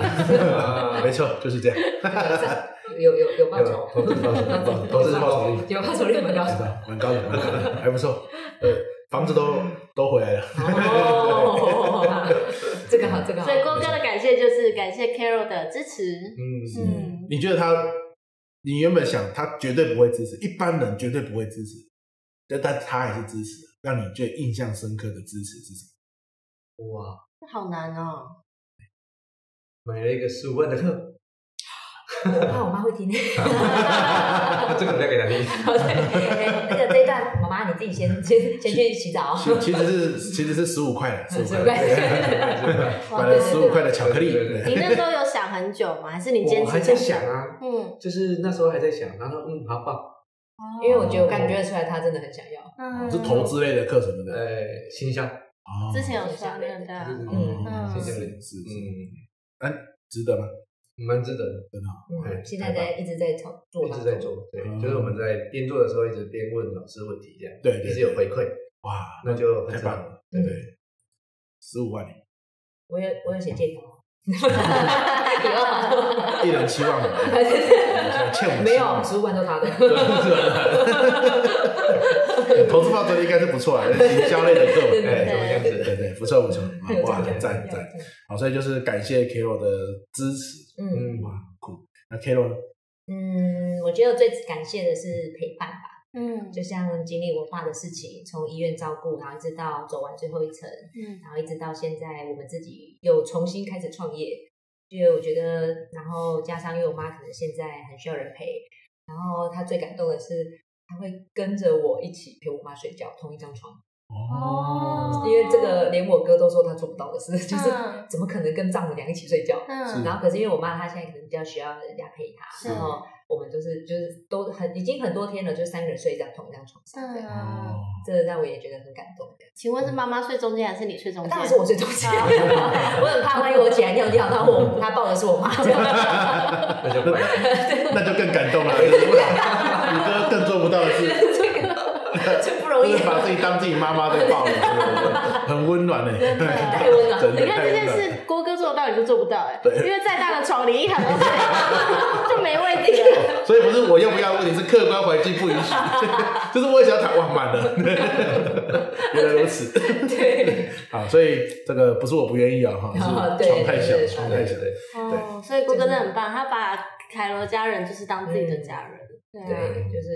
Speaker 3: 啊
Speaker 1: 没错，就是 这样。
Speaker 4: 有有有报酬，
Speaker 1: 投资报酬率，投资报酬率，
Speaker 4: 有报酬率蛮高
Speaker 1: 知
Speaker 4: 的。
Speaker 1: 道蛮高的，蛮高的，还不错。对，房子都
Speaker 2: 嗯
Speaker 1: 都回来了。
Speaker 4: 哦，这个好，这个好
Speaker 2: 所以。郭哥的感谢就是感谢 Carol 的支持。
Speaker 3: 嗯，
Speaker 2: 嗯，
Speaker 1: 你觉得他，你原本想他绝对不会支持，一般人绝对不会支持，但但他还是支持，让你最印象深刻的支持是什么？
Speaker 3: 哇，
Speaker 2: 好难哦。
Speaker 3: 买了一个十五万的课，
Speaker 4: 我怕我妈会听。
Speaker 3: 这个不要给他听。
Speaker 4: 对，哎那个这一段，妈妈你自己先先先去洗澡。
Speaker 2: 哦
Speaker 1: 其其实是其实是十五块的，十五
Speaker 4: 15
Speaker 1: 块
Speaker 4: 块
Speaker 1: 对，
Speaker 2: 哇
Speaker 1: 买了
Speaker 2: 对
Speaker 1: 十
Speaker 2: 对
Speaker 1: 五块的巧克力。
Speaker 3: 对对
Speaker 2: 你那时候有想很久吗？还是你坚
Speaker 3: 我还在
Speaker 2: 持
Speaker 3: 想？啊，
Speaker 2: 嗯，
Speaker 3: 就是那时候还在想，然后嗯，好吧，
Speaker 4: 因为我觉得我感觉得出来，她真的很想要。
Speaker 2: 嗯
Speaker 1: 是投。资类的课程，对不对？
Speaker 3: 呃，新乡，
Speaker 1: 哦
Speaker 2: 之前有商量的啊，
Speaker 3: 嗯，
Speaker 1: 哦
Speaker 2: 嗯
Speaker 1: 是
Speaker 3: 是
Speaker 1: 是是，
Speaker 3: 嗯，
Speaker 1: 值得吗？
Speaker 3: 蛮值得的，
Speaker 4: 嗯，现在在一直在操作，
Speaker 3: 一直在。做，对，
Speaker 1: 嗯
Speaker 3: 就是我们在边做的时候一直边问老师问题，这样，
Speaker 1: 对对对
Speaker 3: 一直有回馈，
Speaker 1: 哇，
Speaker 3: 那就很
Speaker 1: 太
Speaker 3: 棒
Speaker 1: 棒
Speaker 3: 了
Speaker 1: 了，
Speaker 2: 嗯
Speaker 1: 对不对？十五万，
Speaker 4: 我有我有写借条。有啊
Speaker 1: 一人七万五， 欠我
Speaker 4: 没
Speaker 1: 七万
Speaker 4: 有，
Speaker 1: 五
Speaker 4: 十五万都他的。
Speaker 1: 对 投资报酬率应该是不错啊，营销类的课，
Speaker 4: 对对
Speaker 1: 哎
Speaker 3: 哎，怎么样
Speaker 1: 对
Speaker 3: 子？
Speaker 1: 对，不错不错，啊哇，很赞很赞，
Speaker 4: 对。
Speaker 1: 好，所以就是感谢 Kiro 的支持，
Speaker 4: 嗯
Speaker 3: 嗯
Speaker 1: 哇，酷。那 Kiro 呢？
Speaker 4: 嗯，我觉得最感谢的是陪伴吧。
Speaker 2: 嗯
Speaker 4: 就像经历文化的事情，从医院照顾，然后一直到走完最后一层，
Speaker 2: 嗯
Speaker 4: 然后一直到现在，我们自己又重新开始创业。因为我觉得，然后加上因为我妈可能现在很需要人陪，然后她最感动的是，她会跟着我一起陪我妈睡觉，同一张床。
Speaker 2: 哦
Speaker 4: 因为这个连我哥都说他做不到的事， 就是
Speaker 2: 嗯
Speaker 4: 怎么可能跟丈母娘一起睡觉？
Speaker 1: 是
Speaker 2: 嗯
Speaker 4: 然后可是因为我妈她现在可能比较需要人家陪她，
Speaker 2: 是哦
Speaker 4: 然后我们都是就是都很已经很多天了，就三个人睡一张同一张床上，
Speaker 3: 哦
Speaker 4: 这样
Speaker 2: 嗯，
Speaker 4: 这让我也觉得很感动。
Speaker 2: 请问是妈妈睡中间还是你睡中间？
Speaker 4: 当然是我睡中间，
Speaker 2: 啊
Speaker 4: 我很怕万一我起来尿尿，然后我她抱的是我妈，这样
Speaker 3: 那就快乐，
Speaker 1: 哦那 就更感动了，就是哇你哥更做不到的是，
Speaker 4: 这不容易
Speaker 1: 就是。把自己当自己妈妈在抱，对对对很温暖呢，
Speaker 2: 真的
Speaker 4: 太温暖了
Speaker 1: 真
Speaker 2: 你
Speaker 1: 的
Speaker 2: 看
Speaker 1: 太
Speaker 2: 这
Speaker 1: 温
Speaker 2: 件
Speaker 1: 暖了。
Speaker 2: 事，郭哥做得到，你就做不到哎、
Speaker 1: 对
Speaker 2: 因为再大的床，你一躺都睡， 就没位置了。
Speaker 1: 所以不是我要不要问题，是客观环境不允许，就是我也想躺哇满了，原来如此。
Speaker 4: 对，
Speaker 1: 好，所以这个不是我不愿意啊，哈，是
Speaker 4: 啊对
Speaker 1: 床太小，
Speaker 4: 对
Speaker 1: 床太小。
Speaker 3: 对，
Speaker 2: 哦，所以郭哥真的很棒，他把凯罗家人就是当自己的家人。对啊，
Speaker 4: 对，就是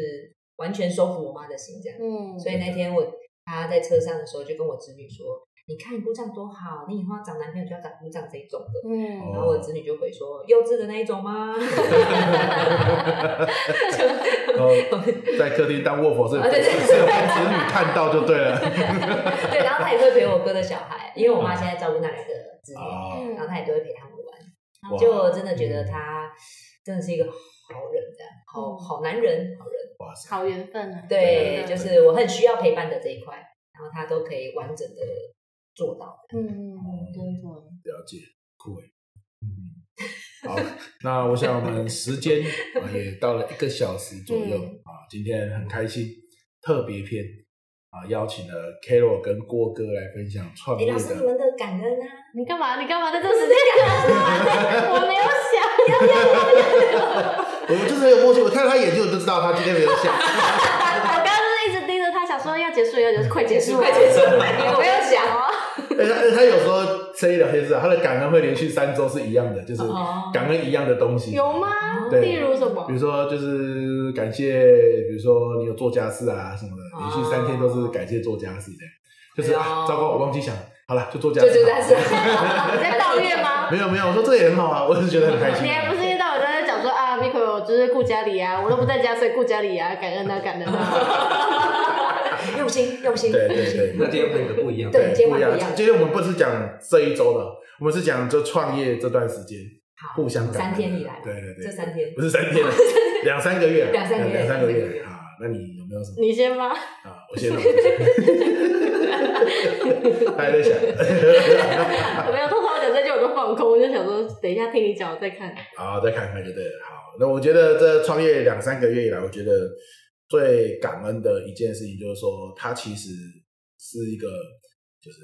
Speaker 4: 完全收服我妈的心这样。
Speaker 2: 嗯，
Speaker 4: 所以那天我她在车上的时候，就跟我侄女说：“你看你姑丈多好，你以后要找男朋友就要找姑丈这一种的。”
Speaker 2: 嗯，
Speaker 1: 哦
Speaker 4: 然后我侄女就回说：“幼稚的那一种吗？”
Speaker 1: 然后在客厅当卧佛是，
Speaker 4: 啊对对对
Speaker 1: 是被子女看到就对了。
Speaker 4: 对，然后她也会陪我哥的小孩，因为我妈现在照顾那两个侄
Speaker 1: 嗯
Speaker 4: 女，
Speaker 1: 哦，
Speaker 4: 然后
Speaker 2: 嗯
Speaker 4: 她也都会陪他们玩。
Speaker 1: 哇嗯
Speaker 4: 就我真的觉得她真的是一个好人，这样
Speaker 2: 嗯
Speaker 4: 好好男人，好人。
Speaker 1: 哇塞，
Speaker 2: 好缘分啊。
Speaker 4: 对，
Speaker 2: 真
Speaker 4: 就
Speaker 2: 的
Speaker 4: 是我很需要陪伴的这一块，然后她都可以完整的做到。
Speaker 2: 嗯，嗯真的。
Speaker 4: 哦
Speaker 1: 了解，酷诶。嗯，好，那我想我们时 间啊也到了一个小时左右
Speaker 2: 嗯
Speaker 1: 啊，今天很开心，特别篇啊邀请了 Carol 跟郭哥来分享创
Speaker 4: 哎，
Speaker 1: 业
Speaker 4: 老师，你
Speaker 1: 哦的。
Speaker 4: 们的感恩啊！
Speaker 2: 你干嘛？你干嘛在这个时间干嘛？我没有想。
Speaker 1: 我们就是很有默契，我看到他眼睛我就知道他今天没有想。
Speaker 2: 我刚刚就是一直盯着他，想说要结束，要结束， 快结束，
Speaker 4: 快结束了我没有想
Speaker 2: 哦。
Speaker 1: 而且他而且他有时候生意聊天室啊，他的感恩会连续三周是一样的，就是
Speaker 4: 哦
Speaker 1: 感恩一样的东西。
Speaker 2: 有吗？
Speaker 1: 对
Speaker 2: 例如什么
Speaker 1: 比？如说就是感谢，比如说你有做家事啊什么的，连续三天都是感谢做家事的，就是啊，
Speaker 4: 哦
Speaker 1: 糟糕，我忘记想，好了，就做家
Speaker 4: 就
Speaker 1: 事吧，
Speaker 4: 就 在这，
Speaker 2: 你在抱怨吗？
Speaker 1: 没有没有，我说这也很好啊，我只是觉得很开心
Speaker 2: 你。还不是一到我在那讲说啊，Miko 就是顾家里啊，我都不在家，所以顾家里啊，感恩啊，感恩啊。
Speaker 4: 用心用心，
Speaker 1: 对对对
Speaker 3: 那今天朋友不一样，
Speaker 4: 对今天
Speaker 1: 不一
Speaker 4: 晚不一
Speaker 1: 样
Speaker 4: 样。
Speaker 1: 今天我们不是讲这一周的，我们是讲就创业这段时间。互相感
Speaker 4: 三
Speaker 1: 染
Speaker 4: 天以来
Speaker 1: 对对对，
Speaker 4: 这三天
Speaker 1: 不是三 天，两三个月，
Speaker 4: 两三个月
Speaker 1: 两三个
Speaker 4: 两三个
Speaker 1: 月
Speaker 4: 月
Speaker 1: 啊。那你有没有什么
Speaker 2: 你先吧。
Speaker 1: 啊？我先，他 还在想
Speaker 2: 没有，通常我讲这句我就放空，我就想说等一下听你讲我再看。
Speaker 1: 好，再看看就对了。好，那我觉得这创业两三个月以来，我觉得最感恩的一件事情就是说，他其实是一个就是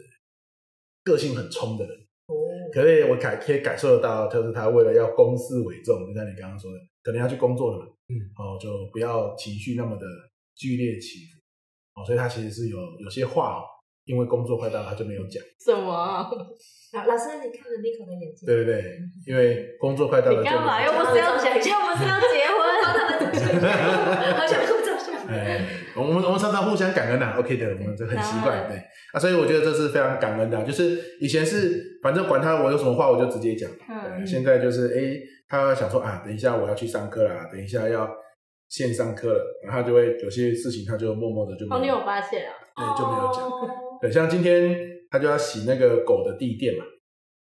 Speaker 1: 个性很冲的人。
Speaker 4: 哦，
Speaker 1: 可是我感可以感受得到，就是他为了要公事为重，就像你刚刚说的，可能要去工作了嘛，
Speaker 3: 嗯，
Speaker 1: 哦，就不要情绪那么的剧烈起伏，哦，所以他其实是有有些话，哦因为工作快到，他就没有讲，
Speaker 2: 什么啊？
Speaker 4: 老老师，你看了 Miko 的哎眼睛，
Speaker 1: 对不对？因为工作快到了，
Speaker 2: 你干嘛？
Speaker 1: 就
Speaker 2: 又
Speaker 1: 没有
Speaker 2: 不
Speaker 1: 讲
Speaker 2: 是要又不是要结 婚。
Speaker 4: 好想哭，照相。
Speaker 1: 哎，我们我们常常互相感恩呐、啊、，OK 的，我们这很习
Speaker 2: 然
Speaker 1: 惯，
Speaker 2: 后
Speaker 1: 对啊，所以我觉得这是非常感恩的啊、就是以前是反正管他我有什么话我就直接讲，
Speaker 2: 嗯
Speaker 1: 对现在就是哎、他想说啊，等一下我要去上课啦，等一下要线上课了，然后他就会有些事情他就默默的就
Speaker 2: 哦，你
Speaker 1: 没有，
Speaker 2: 有发现啊？
Speaker 1: 对，就没有讲。
Speaker 4: 哦
Speaker 1: 对，像今天他就要洗那个狗的地垫嘛，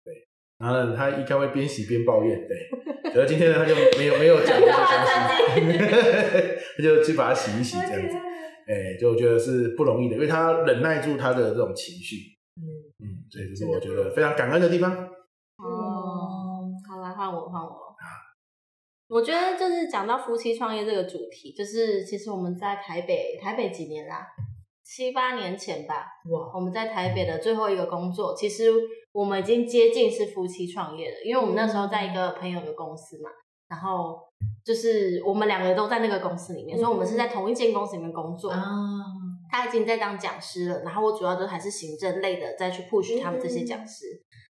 Speaker 1: 对，然后呢，他应该会边洗边抱怨，对，可是今天呢，他就没有没有讲这些 东西， 他就去把它洗一洗这样子。哎、就觉得是不容易的，因为他忍耐住他的这种情绪，
Speaker 4: 嗯，
Speaker 1: 嗯，所以这是我觉得非常感恩的地方。
Speaker 2: 哦，好啦，换我，换我。我觉得就是讲到夫妻创业这个主题，就是其实我们在台北，台北几年啦，七八年前吧，
Speaker 4: 嗯哇，
Speaker 2: 我们在台北的最后一个工作，其实我们已经接近是夫妻创业了，因为我们那时候在一个朋友的公司嘛，然后就是我们两个都在那个公司里面，所以我们是在同一间公司里面工作。
Speaker 4: 啊，
Speaker 2: 他已经在当讲师了，然后我主要都还是行政类的再去 push 他们这些讲师。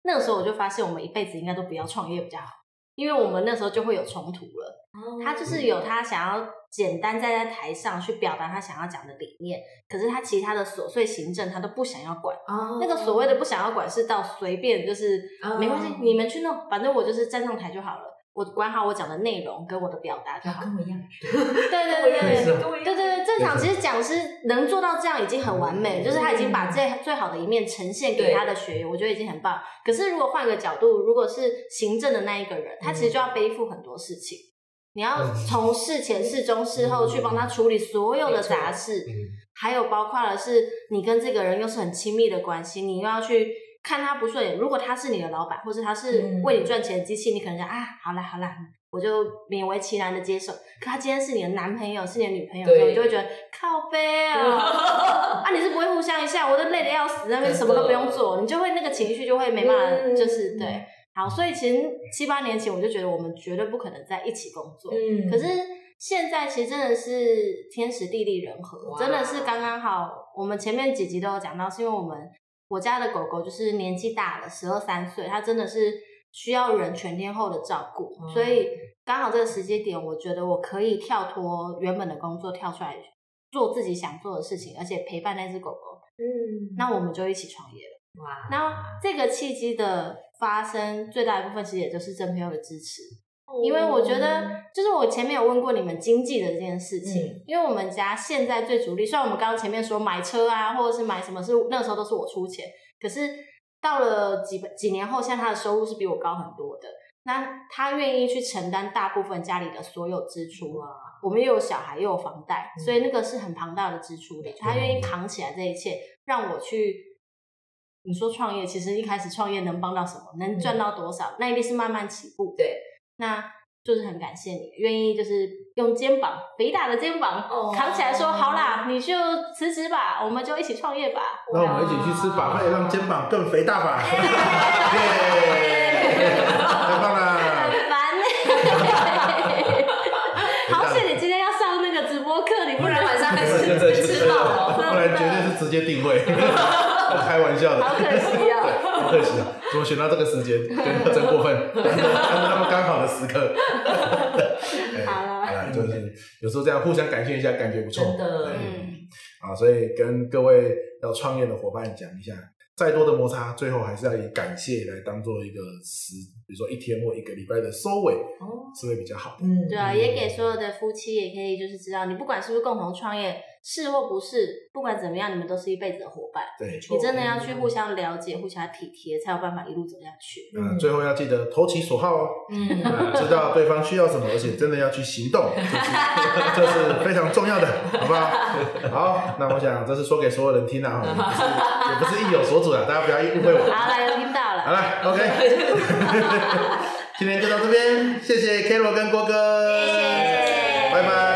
Speaker 2: 那个时候我就发现，我们一辈子应该都不要创业比较好，因为我们那时候就会有冲突了。
Speaker 4: 哦嗯
Speaker 2: 他就是有他想要简单站在台上去表达他想要讲的理念，可是他其他的琐碎行政他都不想要管。
Speaker 4: 哦
Speaker 2: 那个所谓的不想要管是到随便，就是、
Speaker 4: 哦
Speaker 2: 没关系，你们去弄，反正我就是站上台就好了，我管好我讲的内容跟我的表达就
Speaker 4: 啊
Speaker 2: 好。
Speaker 4: 跟我一样，
Speaker 2: 对对
Speaker 4: 跟我一
Speaker 2: 对对
Speaker 4: 样
Speaker 3: 是啊
Speaker 4: 跟我一
Speaker 2: 对
Speaker 4: 样，
Speaker 2: 对对，正常其实讲师能做到这样已经很完美，就是他已经把最最好的一面呈现给他的学员，我觉得已经很棒。可是如果换个角度，如果是行政的那一个人，他其实就要背负很多事情，你要从事前、事中、事后去帮他处理所有的杂事，
Speaker 3: 嗯
Speaker 2: 还有包括了是你跟这个人又是很亲密的关系，你又要去。看他不顺眼，如果他是你的老板，或者他是
Speaker 4: 嗯
Speaker 2: 为你赚钱的机器，你可能想啊，好啦好啦，我就勉为其难的接受。可他今天是你的男朋友，是你的女朋友，
Speaker 4: 对
Speaker 2: 所以你就会觉得靠背 啊，啊你是不会互相一下，我都累得要死，那边什么都不用做，你就会那个情绪就会没办法，
Speaker 4: 嗯
Speaker 2: 就是对。好，所以其实七八年前我就觉得我们绝对不可能在一起工作，
Speaker 4: 嗯
Speaker 2: 可是现在其实真的是天时地利人和，
Speaker 4: 哇
Speaker 2: 真的是刚刚好。我们前面几集都有讲到，是因为我们我家的狗狗就是年纪大了，十二三岁，它真的是需要人全天候的照顾，
Speaker 4: 嗯
Speaker 2: 所以刚好这个时间点，我觉得我可以跳脱原本的工作，跳出来做自己想做的事情，而且陪伴那只狗狗。
Speaker 4: 嗯，
Speaker 2: 那我们就一起创业了。
Speaker 4: 哇，
Speaker 2: 那这个契机的发生，最大一部分其实也就是真朋友的支持。因为我觉得，就是我前面有问过你们经济的这件事情，
Speaker 4: 哦嗯
Speaker 2: 因为我们家现在最主力，虽然我们刚刚前面说买车啊，或者是买什么是那时候都是我出钱，可是到了几几年后，现在他的收入是比我高很多的，那他愿意去承担大部分家里的所有支出啊。我们又有小孩，又有房贷，所
Speaker 4: 嗯
Speaker 2: 以那个是很庞大的支出的。他愿意扛起来这一切，让我去。你说创业，其实一开始创业能帮到什么，能赚到多少，那一定是慢慢起步。
Speaker 4: 嗯对，
Speaker 2: 那就是很感谢你愿意就是用肩膀肥大的肩膀、
Speaker 4: 哦
Speaker 2: 扛起来说，好啦，你就辞职吧，我们就一起创业吧。
Speaker 1: 那我们一起去吃把费，让肩膀更肥大吧！耶，太棒
Speaker 2: 很
Speaker 1: 啦！
Speaker 2: 烦欸好险你今天要上那个直播课，你不
Speaker 4: 不然
Speaker 2: 然
Speaker 4: 晚上还是
Speaker 1: 真的
Speaker 4: 没吃饱哦。
Speaker 1: 不然绝对是直接定位， 我开玩笑的，
Speaker 2: 好可惜
Speaker 1: 对，
Speaker 2: 啊。
Speaker 1: 好可惜啊！怎么选到这个时间，真真过分，他们刚好的时刻。哎
Speaker 2: 好了
Speaker 1: 好了，就是有时候这样互相感谢一下，感觉不错。
Speaker 4: 真的
Speaker 1: 对
Speaker 2: 嗯
Speaker 1: 啊，所以跟各位要创业的伙伴讲一下，再多的摩擦，最后还是要以感谢来当做一个时，比如说一天或一个礼拜的收尾，
Speaker 4: 哦
Speaker 1: 是会比较好的。
Speaker 4: 嗯，
Speaker 2: 对啊，也给所有的夫妻也可以就是知道，你不管是不是共同创业，是或不是，不管怎么样，你们都是一辈子的伙伴。
Speaker 1: 对，
Speaker 2: 你真的要去互相了解、互相体贴，才有办法一路走下去。
Speaker 1: 嗯，最后要记得投其所好哦，
Speaker 2: 嗯，
Speaker 1: 啊 知道对方需要什么，而且真的要去行动， 这是这是非常重要的，好不好？ 好，那我想这是说给所有人听的啊，也不是也不是意有所指啊，大家不要误会我。
Speaker 2: 好了，有听到
Speaker 1: 好
Speaker 2: 了，
Speaker 1: 了，OK，今天就到这边，谢谢 K 罗跟郭哥，
Speaker 2: 谢谢
Speaker 1: 拜拜。